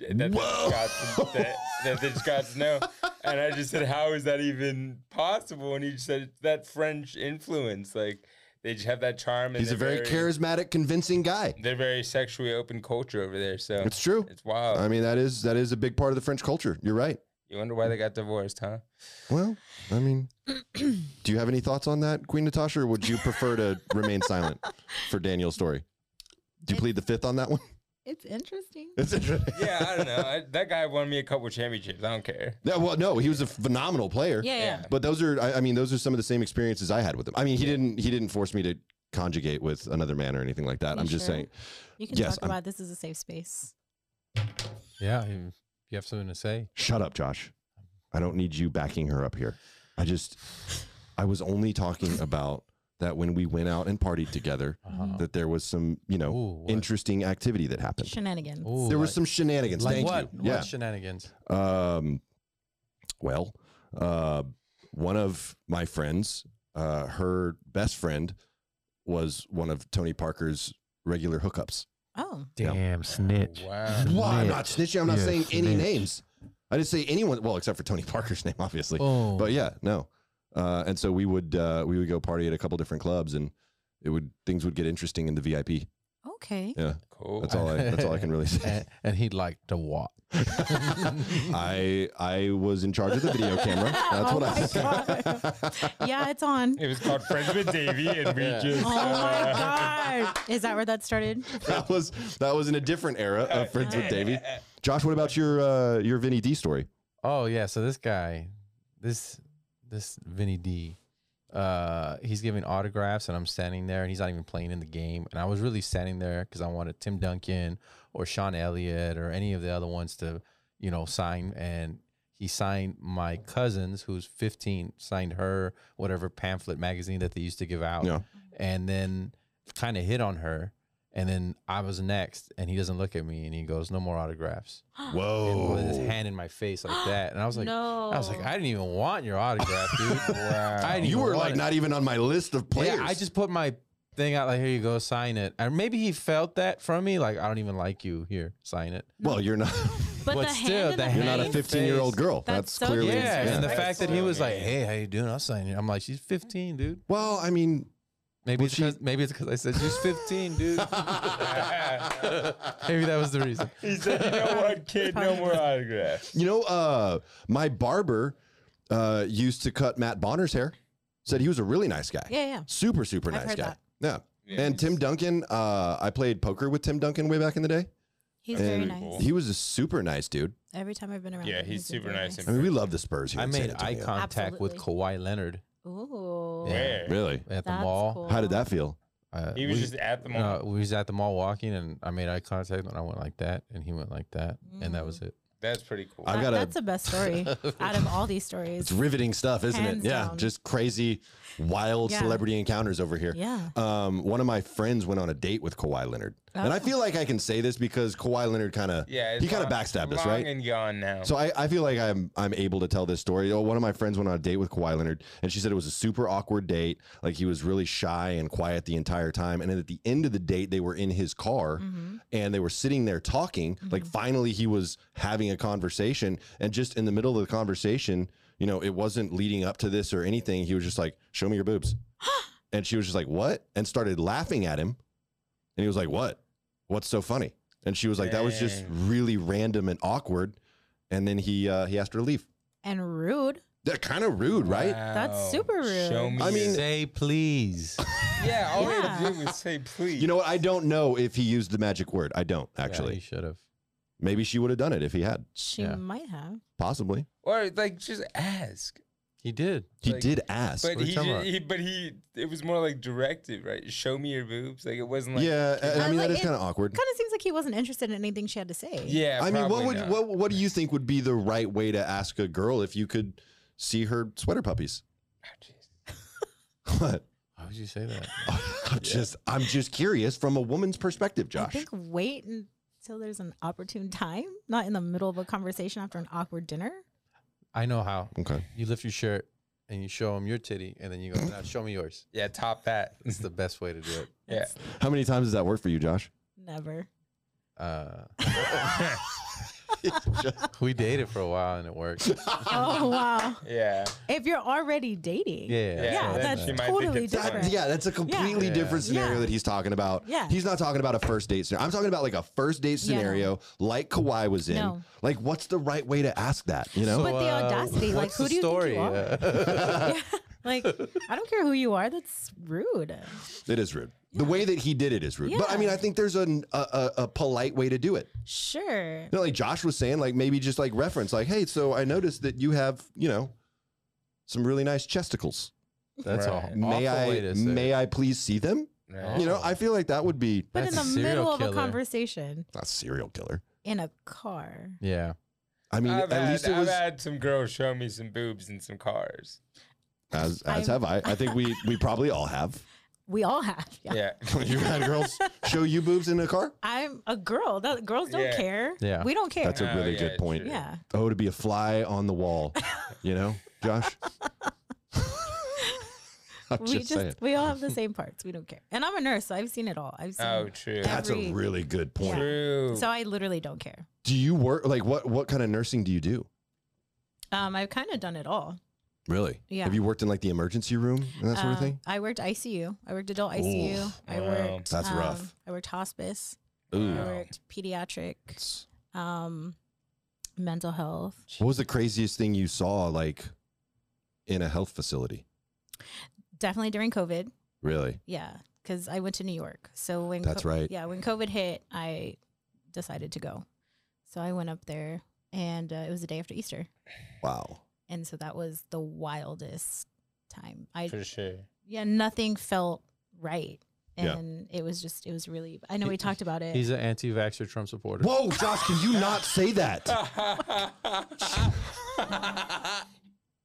Speaker 4: That the,
Speaker 1: Whoa!
Speaker 4: Scots, that, that the Scots know. And I just said, How is that even possible? And he just said, It's that French influence. Like, they just have that charm. And
Speaker 1: He's a
Speaker 4: they're
Speaker 1: very charismatic, convincing guy.
Speaker 4: They're very sexually open culture over there. So
Speaker 1: It's true.
Speaker 4: it's wild.
Speaker 1: I mean, that is that is a big part of the French culture. You're right.
Speaker 4: you wonder why they got divorced, huh?
Speaker 1: Well, I mean, do you have any thoughts on that, Queen Natasha, or would you prefer to remain silent for Daniel's story? Do you plead the fifth on that one?
Speaker 3: It's interesting.
Speaker 1: It's interesting.
Speaker 4: Yeah, I don't know. I, that guy won me a couple championships. I don't care.
Speaker 1: Yeah, well, no, he was a phenomenal player.
Speaker 3: Yeah, yeah.
Speaker 1: But those are, I, I mean, those are some of the same experiences I had with him. I mean, he didn't, he didn't force me to conjugate with another man or anything like that.
Speaker 3: You
Speaker 1: I'm just
Speaker 3: sure?
Speaker 1: saying,
Speaker 3: You can
Speaker 1: Yes,
Speaker 3: talk
Speaker 1: I'm-
Speaker 3: about this is a safe space.
Speaker 2: Yeah, you, you have something to say.
Speaker 1: shut up, Josh. I don't need you backing her up here. I just, I was only talking about that when we went out and partied together,
Speaker 2: Uh-huh.
Speaker 1: that there was some, you know,
Speaker 2: Ooh, what?
Speaker 1: interesting activity that happened.
Speaker 3: Shenanigans.
Speaker 2: Ooh,
Speaker 1: there was
Speaker 2: like-
Speaker 1: some shenanigans.
Speaker 2: Like
Speaker 1: Thank
Speaker 2: what?
Speaker 1: you.
Speaker 2: What shenanigans?
Speaker 1: Yeah. Um, well, uh, one of my friends, uh, her best friend, was one of Tony Parker's regular hookups.
Speaker 3: Oh,
Speaker 1: Yeah.
Speaker 2: Damn snitch.
Speaker 4: Wow.
Speaker 1: Well, I'm
Speaker 2: Snitch.
Speaker 1: not snitching. I'm not
Speaker 2: Yeah,
Speaker 1: saying any
Speaker 2: snitch.
Speaker 1: names. I didn't say anyone. Well, except for Tony Parker's name, obviously.
Speaker 2: Boom.
Speaker 1: But yeah, no. Uh, and so we would uh, we would go party at a couple different clubs, and it would things would get interesting in the VIP.
Speaker 3: okay.
Speaker 1: Yeah,
Speaker 4: Cool.
Speaker 1: that's all. I, that's all I can really say.
Speaker 2: and, and he'd like to walk.
Speaker 1: I I was in charge of the video camera. That's
Speaker 3: Oh
Speaker 1: what I
Speaker 3: my
Speaker 1: said.
Speaker 3: Yeah, it's on.
Speaker 4: It was called Friends with Davy, and we just.
Speaker 3: Oh
Speaker 4: uh,
Speaker 3: my god. Is that where that started?
Speaker 1: That was that was in a different era of Uh, Friends with Davey. Josh, what about your uh, your Vinny D story?
Speaker 2: Oh yeah, so this guy, this this Vinny D, uh, he's giving autographs, and I'm standing there, and he's not even playing in the game, and I was really standing there because I wanted Tim Duncan or Sean Elliott or any of the other ones to, you know, sign, and he signed my cousins, who's 15, signed her whatever pamphlet magazine that they used to give out,
Speaker 1: Yeah.
Speaker 2: and then kind of hit on her, and then I was next, and he doesn't look at me, and he goes, "No more autographs." and with
Speaker 1: Oh.
Speaker 2: his hand in my face like that. And I was like,
Speaker 3: no.
Speaker 2: I was like, I didn't even want your autograph, dude. I didn't
Speaker 1: You
Speaker 2: even
Speaker 1: were
Speaker 2: want
Speaker 1: like
Speaker 2: it.
Speaker 1: not even on my list of players.
Speaker 2: Yeah, I just put my thing out like, here you go, sign it. And maybe he felt that from me, like, I don't even like you. Here, sign it.
Speaker 1: well, you're not
Speaker 3: but,
Speaker 2: but
Speaker 3: the
Speaker 2: still,
Speaker 3: hand
Speaker 2: the
Speaker 3: in
Speaker 1: you're
Speaker 3: the
Speaker 1: not a
Speaker 2: Nice.
Speaker 3: face?
Speaker 1: 15 year old girl. That's,
Speaker 3: That's so
Speaker 1: clearly
Speaker 2: Yeah,
Speaker 3: cute.
Speaker 2: and the
Speaker 1: yeah.
Speaker 4: Yeah.
Speaker 2: fact that he was like,
Speaker 4: Yeah.
Speaker 2: "Hey, how you doing? I'll sign it." I'm like, "She's 15, dude."
Speaker 1: Well, I mean,
Speaker 2: Maybe
Speaker 1: Well,
Speaker 2: it's
Speaker 1: she-
Speaker 2: 'cause- maybe it's because I said she's 15, dude. maybe that was the reason.
Speaker 4: He said, "You know what, kid? No more autographs."
Speaker 1: You know, uh, my barber uh, used to cut Matt Bonner's hair. Said he was a really nice guy.
Speaker 3: Yeah, yeah.
Speaker 1: Super, super
Speaker 3: I've
Speaker 1: nice
Speaker 3: heard
Speaker 1: guy.
Speaker 3: that.
Speaker 1: Yeah.
Speaker 4: Yeah,
Speaker 1: And Tim Duncan, uh, I played poker with Tim Duncan way back in the day.
Speaker 3: He's
Speaker 1: And
Speaker 3: very
Speaker 4: Cool.
Speaker 3: nice.
Speaker 1: He was a super nice dude.
Speaker 3: Every time I've been around.
Speaker 4: Yeah,
Speaker 3: him,
Speaker 4: he's
Speaker 3: been
Speaker 4: super
Speaker 3: very
Speaker 4: nice
Speaker 1: I mean, we love the Spurs here.
Speaker 2: I
Speaker 1: in San
Speaker 2: made eye
Speaker 1: Antonio.
Speaker 2: contact with Kawhi Leonard
Speaker 3: Ooh.
Speaker 4: Where?
Speaker 1: Really?
Speaker 2: at the
Speaker 3: That's
Speaker 2: mall.
Speaker 3: cool.
Speaker 1: How did that feel?
Speaker 2: Uh,
Speaker 4: He was
Speaker 2: we-
Speaker 4: just at the mall.
Speaker 1: uh,
Speaker 2: No, we was at the mall walking, and I made eye contact, and I went like that, and he went like that, and
Speaker 3: Mm.
Speaker 2: that was it.
Speaker 4: That's pretty cool.
Speaker 1: I've
Speaker 3: That-
Speaker 1: got a-
Speaker 3: that's the best story out of all these
Speaker 1: It's
Speaker 3: stories.
Speaker 1: riveting stuff, isn't
Speaker 3: Hands
Speaker 1: it? Yeah,
Speaker 3: down.
Speaker 1: just crazy, wild
Speaker 3: Yeah.
Speaker 1: celebrity encounters over here.
Speaker 3: Yeah.
Speaker 1: Um, one of my friends went on a date with Kawhi Leonard, and I
Speaker 3: Oh.
Speaker 1: feel like I can say this because Kawhi Leonard kind of
Speaker 4: yeah, it's
Speaker 1: he kind of
Speaker 4: long-
Speaker 1: backstabbed us,
Speaker 4: long
Speaker 1: right?
Speaker 4: And gone now.
Speaker 1: So I, I feel like I'm I'm able to tell this story. Oh, one of my friends went on a date with Kawhi Leonard, and she said it was a super awkward date. Like he was really shy and quiet the entire time. And then at the end of the date, they were in his car
Speaker 3: Mhm.
Speaker 1: and they were sitting there talking. Like
Speaker 4: Mm-hmm.
Speaker 1: finally, he was having a conversation, and just in the middle of the conversation, you know, it wasn't leading up to this or anything. He was just like, "Show me your boobs," and she was just like, "What?" and started laughing at him, and he was like, "What? What's so funny?" And she was like, "That was just
Speaker 4: Dang.
Speaker 1: really random and awkward." And then he uh, he asked her to leave.
Speaker 3: And rude.
Speaker 1: That kind of rude, right?
Speaker 4: Wow.
Speaker 3: super rude.
Speaker 4: Show me.
Speaker 1: I mean-
Speaker 4: your-
Speaker 2: Say please.
Speaker 4: yeah. All we had to
Speaker 3: Yeah.
Speaker 4: do was say please.
Speaker 1: You know what? I don't know if he used the magic word. I don't actually.
Speaker 2: you should have.
Speaker 1: Maybe she would have done it if he had.
Speaker 3: She
Speaker 2: Yeah.
Speaker 3: might have.
Speaker 1: Possibly.
Speaker 4: or like just ask.
Speaker 2: He did.
Speaker 1: He
Speaker 4: Like-
Speaker 1: did ask.
Speaker 4: But
Speaker 2: what are
Speaker 4: he,
Speaker 2: you talking
Speaker 4: ju-
Speaker 2: about?
Speaker 4: he, but he, it was more like directive, right? Show me your boobs. Like it wasn't like
Speaker 1: yeah, and I
Speaker 3: Uh,
Speaker 1: mean
Speaker 3: like,
Speaker 1: that is
Speaker 3: it-
Speaker 1: kind of awkward.
Speaker 3: Kind of seems like he wasn't interested in anything she had to say.
Speaker 4: Yeah.
Speaker 1: I mean, what
Speaker 4: probably
Speaker 1: would
Speaker 4: not.
Speaker 1: what what do you think would be the right way to ask
Speaker 4: Ah,
Speaker 1: a girl if you could see her sweater puppies?
Speaker 4: Oh, jeez.
Speaker 1: What?
Speaker 2: I Why would you say that?
Speaker 1: I'm just I'm just curious from a woman's perspective,
Speaker 3: I
Speaker 1: Josh.
Speaker 3: think wait until there's an opportune time, not in the middle of a conversation after an awkward dinner.
Speaker 2: I know how.
Speaker 1: Okay.
Speaker 2: You lift your shirt and you show them your titty, and then you go, now show me yours.
Speaker 4: Yeah, top that.
Speaker 2: It's the best way to do it.
Speaker 4: Yeah.
Speaker 1: How many times does that work for you, Josh?
Speaker 3: Never.
Speaker 2: Uh, we dated for a while and it worked.
Speaker 3: Oh wow!
Speaker 4: yeah.
Speaker 3: If you're already dating,
Speaker 2: Yeah.
Speaker 3: Yeah,
Speaker 4: then
Speaker 3: that's
Speaker 4: she might think
Speaker 3: totally
Speaker 4: it's
Speaker 3: different.
Speaker 4: fine.
Speaker 1: That, yeah, that's a completely
Speaker 2: Yeah.
Speaker 1: different scenario
Speaker 3: Yeah.
Speaker 1: that he's talking about.
Speaker 3: Yeah.
Speaker 1: He's not talking about a first date scenario. I'm talking about like a first date
Speaker 3: Yeah, no.
Speaker 1: scenario like Kawhi was in.
Speaker 3: No.
Speaker 1: Like, what's the right way to ask that? You know?
Speaker 3: But the audacity, like,
Speaker 2: uh, what's
Speaker 3: who
Speaker 2: the
Speaker 3: do you
Speaker 2: story?
Speaker 3: think you are?
Speaker 2: Uh,
Speaker 3: Yeah. Like I don't care who you are. That's rude.
Speaker 1: it is rude. The way that he did it is rude. But I
Speaker 3: Yeah.
Speaker 1: mean, I think there's an, a, a, a polite way to do it.
Speaker 3: Sure.
Speaker 1: You know, like Josh was saying, like maybe just like reference, like, hey, so I noticed that you have, you know, some really nice chesticles.
Speaker 2: That's
Speaker 4: Right.
Speaker 2: all.
Speaker 1: May
Speaker 2: Awful way
Speaker 1: I
Speaker 2: to say
Speaker 1: may
Speaker 2: it.
Speaker 1: I please see them?
Speaker 4: Yeah.
Speaker 1: You know, I feel like that would be
Speaker 3: But
Speaker 2: That's a
Speaker 3: in the
Speaker 2: serial
Speaker 3: middle of a
Speaker 2: killer.
Speaker 3: conversation
Speaker 1: not serial killer.
Speaker 3: in a car,
Speaker 2: Yeah.
Speaker 1: I mean,
Speaker 4: I've,
Speaker 1: at
Speaker 4: had,
Speaker 1: least it
Speaker 4: I've
Speaker 1: was
Speaker 4: had some girls show me some boobs and some cars.
Speaker 1: as as
Speaker 3: I-
Speaker 1: have I. I think we we probably all have.
Speaker 3: we all have. Yeah.
Speaker 4: Yeah.
Speaker 1: you had girls show you boobs in a car.
Speaker 3: I'm a girl. The girls don't
Speaker 4: Yeah.
Speaker 3: care.
Speaker 2: Yeah.
Speaker 3: We don't care.
Speaker 1: That's a
Speaker 4: Oh,
Speaker 1: really
Speaker 4: yeah,
Speaker 1: good point.
Speaker 4: true.
Speaker 3: yeah.
Speaker 1: Oh, to be a fly on the wall, you know, Josh. I'm
Speaker 3: we
Speaker 1: just,
Speaker 3: just
Speaker 1: saying.
Speaker 3: we all have the same parts. We don't care. And I'm a nurse, so I've seen it all. I've seen
Speaker 4: Oh, true.
Speaker 1: That's a
Speaker 3: every-
Speaker 1: really good point.
Speaker 4: True.
Speaker 3: so I literally don't care.
Speaker 1: Do you work like what? What kind of nursing do you do?
Speaker 3: Um, I've kind of done it all.
Speaker 1: Really?
Speaker 3: Yeah.
Speaker 1: Have you worked in like the emergency room and that sort of
Speaker 3: Um,
Speaker 1: thing?
Speaker 3: I worked ICU. I worked adult ICU. I
Speaker 4: Wow.
Speaker 3: worked.
Speaker 1: That's rough.
Speaker 3: um, I worked hospice. I
Speaker 4: Wow.
Speaker 3: worked pediatric, um, mental health.
Speaker 1: What was the craziest thing you saw like in a health facility?
Speaker 3: Definitely during COVID.
Speaker 1: Really?
Speaker 3: Yeah, because I went to New York. So when
Speaker 1: That's right.
Speaker 3: Yeah, when COVID hit, I decided to go. So I went up there, and uh, it was the day after Easter,
Speaker 1: Wow.
Speaker 3: and so that was the wildest time. I
Speaker 4: For sure.
Speaker 3: yeah, nothing felt right,
Speaker 1: Yeah.
Speaker 3: and it was just it was really. I know we talked about it.
Speaker 2: He's an anti vaxxer Trump supporter.
Speaker 1: Whoa, Josh, can you not say that?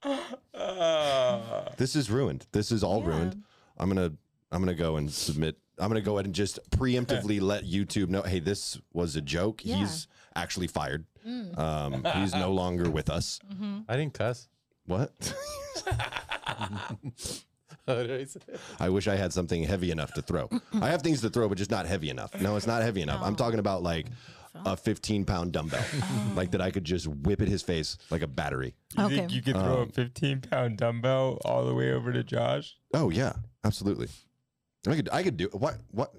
Speaker 4: Oh.
Speaker 1: This is ruined. This is all
Speaker 3: Yeah.
Speaker 1: ruined. I'm gonna I'm gonna go and submit. I'm gonna go ahead and just preemptively let YouTube know. Hey, this was a joke.
Speaker 3: Yeah.
Speaker 1: He's actually fired.
Speaker 3: Mm.
Speaker 1: Um, he's no longer with us.
Speaker 3: hmm
Speaker 2: I didn't cuss.
Speaker 1: What?
Speaker 2: What did I say?
Speaker 1: I wish I had something heavy enough to throw. I have things to throw, but just not heavy enough. No, it's not heavy enough. I'm
Speaker 3: Oh.
Speaker 1: talking about like a 15 pound dumbbell, like that I could just whip at his face like a battery.
Speaker 4: You
Speaker 3: Okay.
Speaker 4: think you could throw
Speaker 1: Um,
Speaker 4: a 15 pound dumbbell all the way over to Josh?
Speaker 1: Oh yeah, absolutely. I could I could do what what.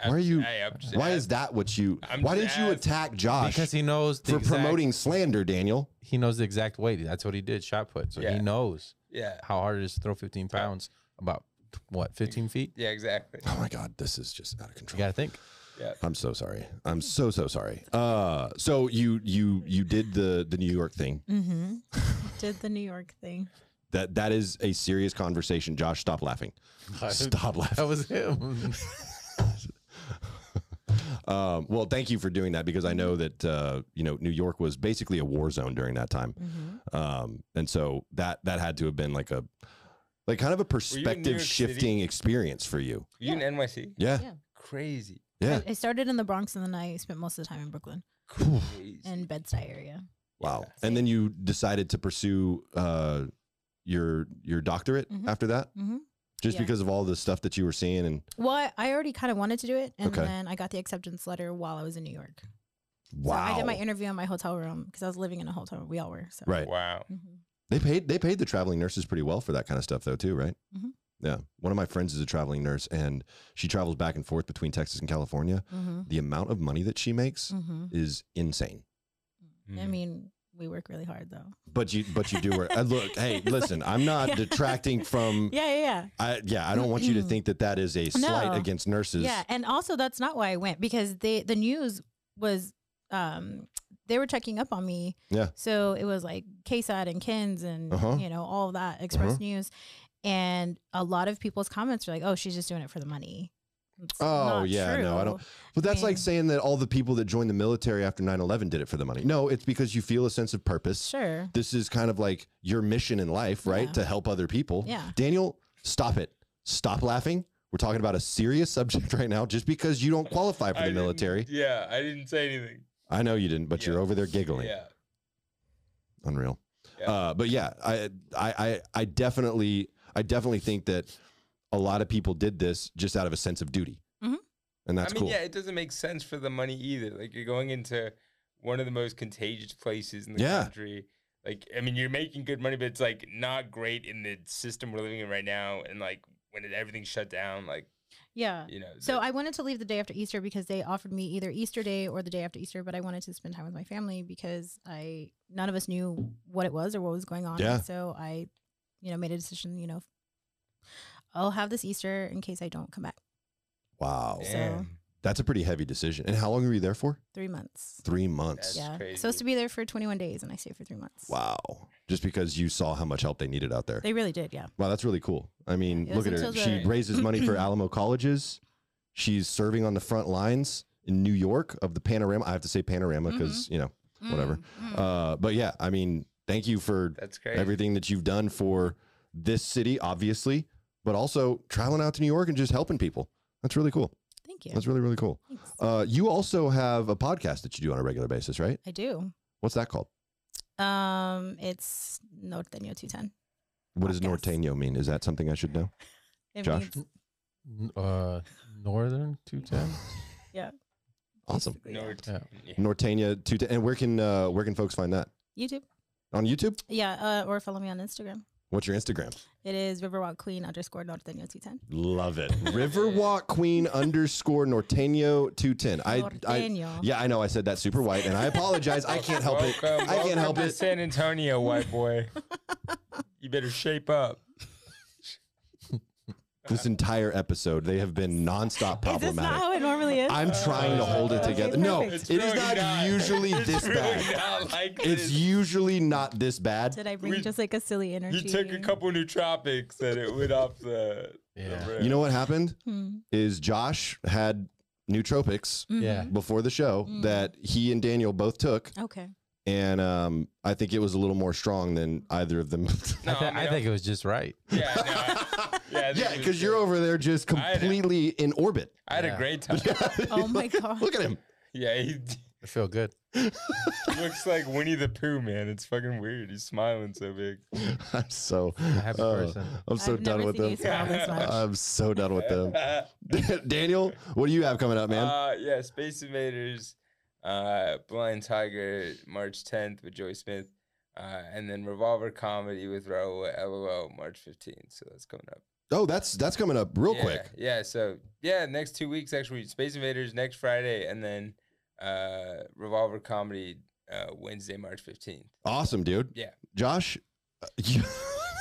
Speaker 1: Why are you?
Speaker 4: Hey, I'm just
Speaker 1: Why
Speaker 4: asking.
Speaker 1: is that what you?
Speaker 4: I'm
Speaker 1: why
Speaker 4: just
Speaker 1: didn't you
Speaker 4: asking.
Speaker 1: attack Josh
Speaker 2: Because he knows the
Speaker 1: for
Speaker 2: exact-
Speaker 1: promoting slander, Daniel?
Speaker 2: He knows the exact weight. That's what he did. Shot put. So
Speaker 4: Yeah.
Speaker 2: he knows
Speaker 4: Yeah.
Speaker 2: how hard it is to throw 15 pounds. About what 15 feet?
Speaker 4: Yeah, exactly.
Speaker 1: Oh my God, this is just out of
Speaker 2: You
Speaker 1: control.
Speaker 2: gotta think.
Speaker 4: Yeah.
Speaker 1: I'm so sorry. I'm so so sorry. Uh, so you you you did the the New York thing.
Speaker 3: hmm Did the New York thing.
Speaker 1: That that is a serious conversation. Josh, stop laughing. Stop laughing.
Speaker 2: That was him.
Speaker 1: Um, well, thank you for doing that because I know that uh, you know New York was basically a war zone during that time,
Speaker 3: hmm
Speaker 1: um, and so that that had to have been like a like kind of a
Speaker 4: York
Speaker 1: perspective
Speaker 4: City?
Speaker 1: shifting experience for you.
Speaker 4: You in NYC?
Speaker 1: Yeah,
Speaker 3: Yeah.
Speaker 4: Crazy.
Speaker 1: yeah.
Speaker 3: I, I started in the Bronx, and then I spent most of the time in Brooklyn
Speaker 4: Crazy.
Speaker 3: and Bed-Stuy area.
Speaker 1: Wow.
Speaker 4: Yeah.
Speaker 1: And then you decided to pursue uh, your your doctorate
Speaker 3: Mhm.
Speaker 1: after that,
Speaker 3: hmm
Speaker 1: just
Speaker 3: Yeah.
Speaker 1: because of all the stuff that you were seeing. And
Speaker 3: Well, I- I already kind of wanted to do it, and
Speaker 1: Okay.
Speaker 3: then I got the acceptance letter while I was in New York.
Speaker 1: wow,
Speaker 3: So I did my interview in my hotel room because I was living in a hotel. We all were. So.
Speaker 1: right?
Speaker 4: Wow.
Speaker 3: Mhm.
Speaker 1: They paid they paid the traveling nurses pretty well for that kind of stuff though too, right?
Speaker 3: Mhm.
Speaker 1: Yeah. One of my friends is a traveling nurse, and she travels back and forth between Texas and California.
Speaker 3: Mhm.
Speaker 1: The amount of money that she makes
Speaker 3: Mhm.
Speaker 1: is insane.
Speaker 3: Mm-hmm. I
Speaker 1: Mm.
Speaker 3: mean, we work really hard though.
Speaker 1: But you but you do work. uh, look, hey,
Speaker 3: It's like-
Speaker 1: listen, I'm not
Speaker 3: Yeah.
Speaker 1: detracting from.
Speaker 3: Yeah, yeah, yeah.
Speaker 1: I, yeah, I don't want you to think that that is a slight
Speaker 3: No.
Speaker 1: against nurses.
Speaker 3: Yeah, and also that's not why I went because they the news was um they were checking up on me.
Speaker 1: Yeah.
Speaker 3: So it was like KSAT and Kins and
Speaker 1: Uh-huh.
Speaker 3: you know all that Express
Speaker 1: Uh-huh.
Speaker 3: News, and a lot of people's comments were like, "Oh, she's just doing it for the money." It's
Speaker 1: Oh,
Speaker 3: not
Speaker 1: yeah, no, I don't-
Speaker 3: true.
Speaker 1: But that's like
Speaker 3: mean-
Speaker 1: saying that all the people that joined the military after 9 11 did it for the money. No, it's because you feel a sense of purpose.
Speaker 3: Sure.
Speaker 1: This is kind of like your mission in life, right?
Speaker 3: Yeah.
Speaker 1: To help other people.
Speaker 3: Yeah.
Speaker 1: Daniel, stop it. Stop laughing. We're talking about a serious subject right now. Just because you don't qualify for
Speaker 4: I
Speaker 1: the
Speaker 4: didn't-
Speaker 1: military,
Speaker 4: Yeah, I didn't say anything.
Speaker 1: I know you didn't, but you're
Speaker 4: Yeah.
Speaker 1: over there giggling.
Speaker 4: Yeah.
Speaker 1: Unreal.
Speaker 4: Yeah.
Speaker 1: Uh, but yeah, I, I, I, I definitely, I definitely think that a lot of people did this just out of a sense of duty,
Speaker 3: Mhm.
Speaker 1: and that's
Speaker 4: I mean,
Speaker 1: cool.
Speaker 4: yeah, it doesn't make sense for the money either. Like you're going into one of the most contagious places in the
Speaker 1: Yeah.
Speaker 4: country. Like, I mean, you're making good money, but it's like not great in the system we're living in right now. And like when it, everything's shut down, like
Speaker 3: Yeah.
Speaker 4: you know.
Speaker 3: So
Speaker 4: the-
Speaker 3: I wanted to leave the day after Easter because they offered me either Easter day or the day after Easter, but I wanted to spend time with my family because I none of us knew what it was or what was going on.
Speaker 1: Yeah.
Speaker 3: So I, you know, made a decision, you know, I'll have this Easter in case I don't come back.
Speaker 1: Wow,
Speaker 3: so-
Speaker 4: Damn,
Speaker 1: that's a pretty heavy decision. And how long were you there for?
Speaker 3: Three months.
Speaker 1: Three months.
Speaker 4: That's
Speaker 3: yeah.
Speaker 4: crazy.
Speaker 3: Supposed to be there for 21 days and I stayed for three months.
Speaker 1: Wow. Just because you saw how much help they needed out there.
Speaker 3: They really did. Yeah.
Speaker 1: Wow, that's really cool. I mean,
Speaker 3: It
Speaker 1: look
Speaker 3: was
Speaker 1: at her.
Speaker 3: until
Speaker 1: She
Speaker 3: the-
Speaker 1: raises money for Alamo colleges. She's serving on the front lines in New York of the panorama. I have to say panorama because,
Speaker 3: Mm-hmm.
Speaker 1: you know, Mm, Whatever.
Speaker 3: Mm,
Speaker 1: uh, but yeah, I mean, thank you for
Speaker 4: that's crazy.
Speaker 1: everything that you've done for this city, obviously, but also traveling out to New York and just helping people. That's really cool.
Speaker 3: Thank you.
Speaker 1: That's really, really cool.
Speaker 3: Thanks.
Speaker 1: Uh, you also have a podcast that you do on a regular basis, right?
Speaker 3: I do.
Speaker 1: What's that called?
Speaker 3: Um, it's Norteño 210.
Speaker 1: What does
Speaker 3: Podcast.
Speaker 1: norteño mean? Is that something I should know?
Speaker 3: It
Speaker 1: Josh?
Speaker 3: means
Speaker 2: N- Uh, Northern 210.
Speaker 1: Awesome.
Speaker 3: basically,
Speaker 4: No,
Speaker 3: yeah.
Speaker 4: yeah. yeah.
Speaker 1: Norteña two and where can uh, where can folks find that
Speaker 3: YouTube.
Speaker 1: on YouTube?
Speaker 3: Yeah. Uh, or follow me on Instagram.
Speaker 1: What's your Instagram?
Speaker 3: It is Riverwalk Queen underscore Norteño 210.
Speaker 1: Love it. Riverwalk Queen underscore Norteño two ten. I, I
Speaker 3: Norteño.
Speaker 1: yeah I know I said that super white and I apologize. I can't help it.
Speaker 4: Welcome-
Speaker 1: I can't
Speaker 4: welcome
Speaker 1: help
Speaker 4: to
Speaker 1: it.
Speaker 4: San Antonio, white boy. you better shape up.
Speaker 1: This entire episode they have been nonstop
Speaker 3: Is this not
Speaker 1: problematic.
Speaker 3: how it normally is?
Speaker 1: I'm trying to hold it
Speaker 3: Okay,
Speaker 1: together. No,
Speaker 3: perfect.
Speaker 1: it is
Speaker 4: really
Speaker 1: not usually
Speaker 4: it's
Speaker 1: this
Speaker 4: really
Speaker 1: bad.
Speaker 4: Not like
Speaker 1: It's
Speaker 4: this.
Speaker 1: usually not this bad.
Speaker 3: Did I bring
Speaker 4: We-
Speaker 3: just like a silly
Speaker 4: You
Speaker 3: energy? Hmm,
Speaker 4: took a couple nootropics and it went off the.
Speaker 2: Yeah.
Speaker 4: the
Speaker 1: You know what happened
Speaker 3: Hmm.
Speaker 1: is Josh had nootropics
Speaker 2: Yeah.
Speaker 3: Mhm.
Speaker 1: before the show
Speaker 3: Mm.
Speaker 1: that he and Daniel both took.
Speaker 3: Okay.
Speaker 1: and um, I think it was a little more strong than either of them.
Speaker 4: No,
Speaker 2: I, thi-
Speaker 4: I mean,
Speaker 2: I think it was just right.
Speaker 4: Yeah, no, I, yeah, I think
Speaker 1: yeah,
Speaker 4: it was
Speaker 1: because you're
Speaker 4: good.
Speaker 1: over there just
Speaker 4: I had a-
Speaker 1: completely in orbit.
Speaker 4: I had a
Speaker 2: Yeah.
Speaker 4: great time.
Speaker 3: Oh my God.
Speaker 1: Look at him.
Speaker 4: Yeah, he,
Speaker 2: I feel good.
Speaker 4: he looks like Winnie the Pooh, man. It's fucking weird. He's smiling so big.
Speaker 1: I'm so
Speaker 2: happy
Speaker 1: oh,
Speaker 2: person.
Speaker 1: I'm so
Speaker 3: I've
Speaker 1: done
Speaker 3: never
Speaker 1: with
Speaker 3: seen
Speaker 1: them.
Speaker 3: you smile this much.
Speaker 1: I'm so done with them. Daniel, what do you have coming up, man?
Speaker 4: Uh, yeah, Space Invaders, uh, Blind Tiger, March 10th with Joy Smith, uh, and then Revolver Comedy with Raul at LOL, March 15th. So that's coming up.
Speaker 1: oh, that's that's coming up real
Speaker 4: Yeah,
Speaker 1: quick.
Speaker 4: Yeah, so yeah, next two weeks actually Space Invaders next Friday and then uh Revolver Comedy uh Wednesday, March 15th.
Speaker 1: Awesome, dude.
Speaker 4: Yeah.
Speaker 1: Josh, uh, you-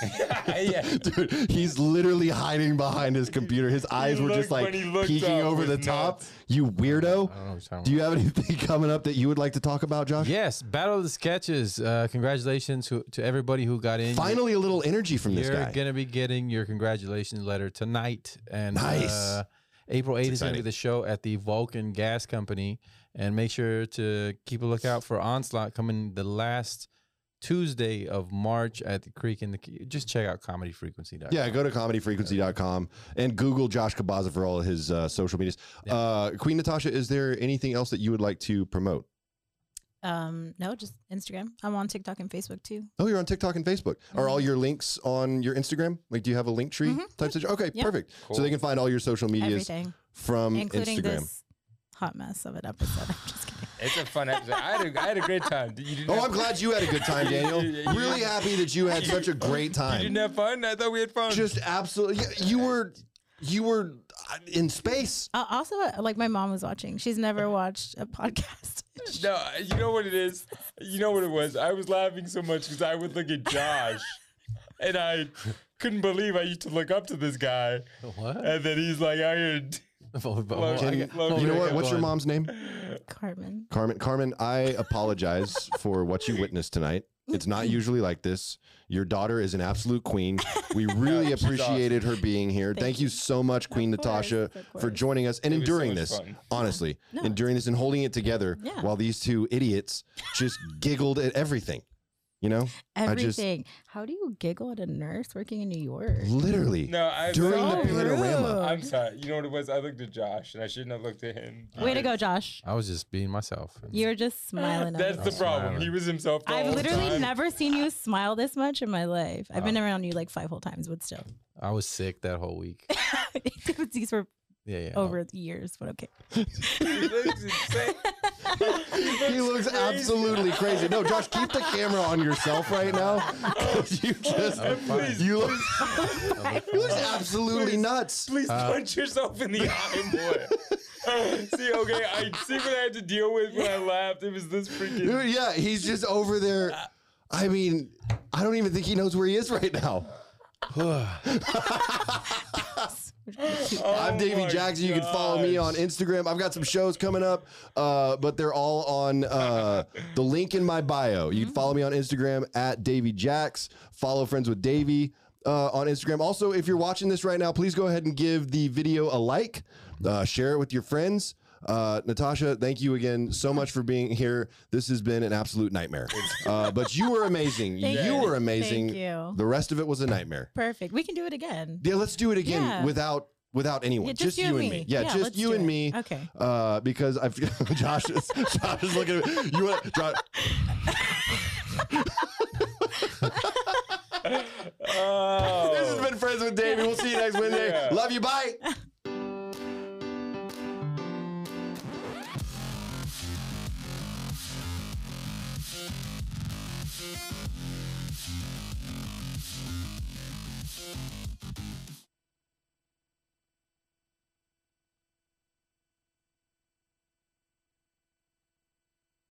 Speaker 4: yeah.
Speaker 1: dude, he's literally hiding behind his computer. His eyes were just
Speaker 4: looked-
Speaker 1: like
Speaker 4: when he looked
Speaker 1: peeking
Speaker 4: up
Speaker 1: over
Speaker 4: was
Speaker 1: the top.
Speaker 4: nuts.
Speaker 1: You weirdo.
Speaker 2: I don't know what you're talking
Speaker 1: Do you have anything coming up that you would like to talk about, Josh?
Speaker 2: Yes, Battle of the Sketches. Uh, congratulations to, to everybody who got in.
Speaker 1: Finally, a little energy from
Speaker 2: you're,
Speaker 1: this guy.
Speaker 2: gonna be getting your congratulations letter tonight, and
Speaker 1: Nice.
Speaker 2: uh, April 8th is gonna be
Speaker 1: exciting.
Speaker 2: the show at the Vulcan Gas Company, and make sure to keep a lookout for Onslaught coming the last Tuesday of March at the Creek in the. Key. Just check out comedyfrequency.com.
Speaker 1: Yeah, go to comedyfrequency.com and Google Josh Kabaza for all his uh, social medias.
Speaker 2: Yeah.
Speaker 1: Uh, Queen Natasha, is there anything else that you would like to promote?
Speaker 3: Um, no, just Instagram. I'm on TikTok and Facebook too.
Speaker 1: Oh, you're on TikTok and Facebook. Are
Speaker 3: Mm-hmm.
Speaker 1: all your links on your Instagram? Like, do you have a link tree
Speaker 3: Mhm.
Speaker 1: type situation? Okay,
Speaker 3: Yeah.
Speaker 1: perfect. So
Speaker 4: Cool.
Speaker 1: they can find all your social medias
Speaker 3: Everything,
Speaker 1: from
Speaker 3: including
Speaker 1: Instagram.
Speaker 3: this hot mess of an episode. I'm just kidding.
Speaker 4: It's a fun episode. I had a, I had a great time. You didn't
Speaker 1: Oh,
Speaker 4: have-
Speaker 1: I'm glad you had a good time, Daniel.
Speaker 4: You- you-
Speaker 1: really happy that you had such a great
Speaker 4: you didn't
Speaker 1: time.
Speaker 4: have fun. I thought we had fun.
Speaker 1: Just absolutely. You, you were, you were uh, in space.
Speaker 3: Uh, also, uh, like my mom was watching. She's never watched a podcast.
Speaker 4: No, I- you know what it is? You know what it was? I was laughing so much because I would look at Josh and I couldn't believe I used to look up to this guy.
Speaker 2: What?
Speaker 4: And then he's like, I heard.
Speaker 1: Can-
Speaker 4: I love
Speaker 3: Oh,
Speaker 1: you know
Speaker 4: you.
Speaker 1: what? What's your mom's name?
Speaker 3: Carmen.
Speaker 1: Carmen, Carmen, I apologize for what you witnessed tonight. It's not usually like this. Your daughter is an absolute queen. We really
Speaker 4: she's
Speaker 1: appreciated her being here. Thank,
Speaker 3: Thank
Speaker 1: you
Speaker 3: you.
Speaker 1: so much, Queen
Speaker 3: Of course,
Speaker 1: Natasha,
Speaker 3: of
Speaker 1: for
Speaker 3: course.
Speaker 1: joining us and
Speaker 4: It was so
Speaker 1: enduring
Speaker 4: much
Speaker 1: this.
Speaker 4: fun.
Speaker 1: Honestly,
Speaker 3: No.
Speaker 1: enduring this and holding it together
Speaker 3: Yeah.
Speaker 1: while these two idiots just giggled at everything. You know, just-
Speaker 3: Everything. How do you giggle at a nurse working in New York?
Speaker 1: literally
Speaker 4: No, I
Speaker 1: during
Speaker 3: So
Speaker 1: the panorama.
Speaker 3: rude.
Speaker 4: I'm sorry. You know what it was? I looked at Josh, and I shouldn't have looked at him.
Speaker 3: Way to go, Josh.
Speaker 2: I was just being myself. and-
Speaker 3: You're just smiling at
Speaker 4: That's
Speaker 3: us.
Speaker 4: the
Speaker 2: I'm
Speaker 4: problem.
Speaker 2: smiling.
Speaker 4: He was himself. the
Speaker 3: I've
Speaker 4: whole
Speaker 3: literally
Speaker 4: time.
Speaker 3: never seen you smile this much in my life. I've been
Speaker 2: Wow.
Speaker 3: around you like five whole times, but still.
Speaker 2: I was sick that whole week.
Speaker 3: These were
Speaker 2: Yeah, yeah.
Speaker 3: over the years, but okay.
Speaker 4: He looks insane.
Speaker 1: He looks
Speaker 4: crazy.
Speaker 1: absolutely crazy. No, Josh, keep the camera on yourself right now.
Speaker 4: Oh,
Speaker 1: 'cause You just
Speaker 2: I'm fine.
Speaker 1: you look, you look absolutely
Speaker 4: Please.
Speaker 1: nuts.
Speaker 4: Please punch yourself in the eye, boy. see, okay, I see what I had to deal with when I laughed. It was this freaking.
Speaker 1: Dude, yeah, he's just over there. I mean, I don't even think he knows where he is right now. I'm
Speaker 4: Oh
Speaker 1: Davey
Speaker 4: my
Speaker 1: Jackson. You can follow me
Speaker 4: gosh.
Speaker 1: on Instagram. I've got some shows coming up, uh, but they're all on uh, the link in my bio. You can follow me on Instagram at Davey Jacks. Follow Friends with Davey uh, on Instagram. Also, if you're watching this right now, please go ahead and give the video a like, uh, share it with your friends. Uh, Natasha, thank you again so much for being here. This has been an absolute nightmare, uh, but you were amazing.
Speaker 3: Thank
Speaker 1: you
Speaker 3: you.
Speaker 1: were amazing.
Speaker 3: Thank you.
Speaker 1: The rest of it was a nightmare.
Speaker 3: Perfect. We can do it again.
Speaker 1: Yeah, let's do it again
Speaker 3: Yeah.
Speaker 1: without without anyone.
Speaker 3: Yeah,
Speaker 1: just, you and me. Yeah, just
Speaker 3: let's
Speaker 1: you
Speaker 3: do
Speaker 1: and
Speaker 3: it.
Speaker 1: me.
Speaker 3: Okay.
Speaker 1: Uh, because I've Josh is Josh is looking at me. You want Josh?
Speaker 4: Oh. Oh.
Speaker 1: oh. This has been friends with Davey. We'll see you next Wednesday.
Speaker 4: Yeah.
Speaker 1: Love you. Bye.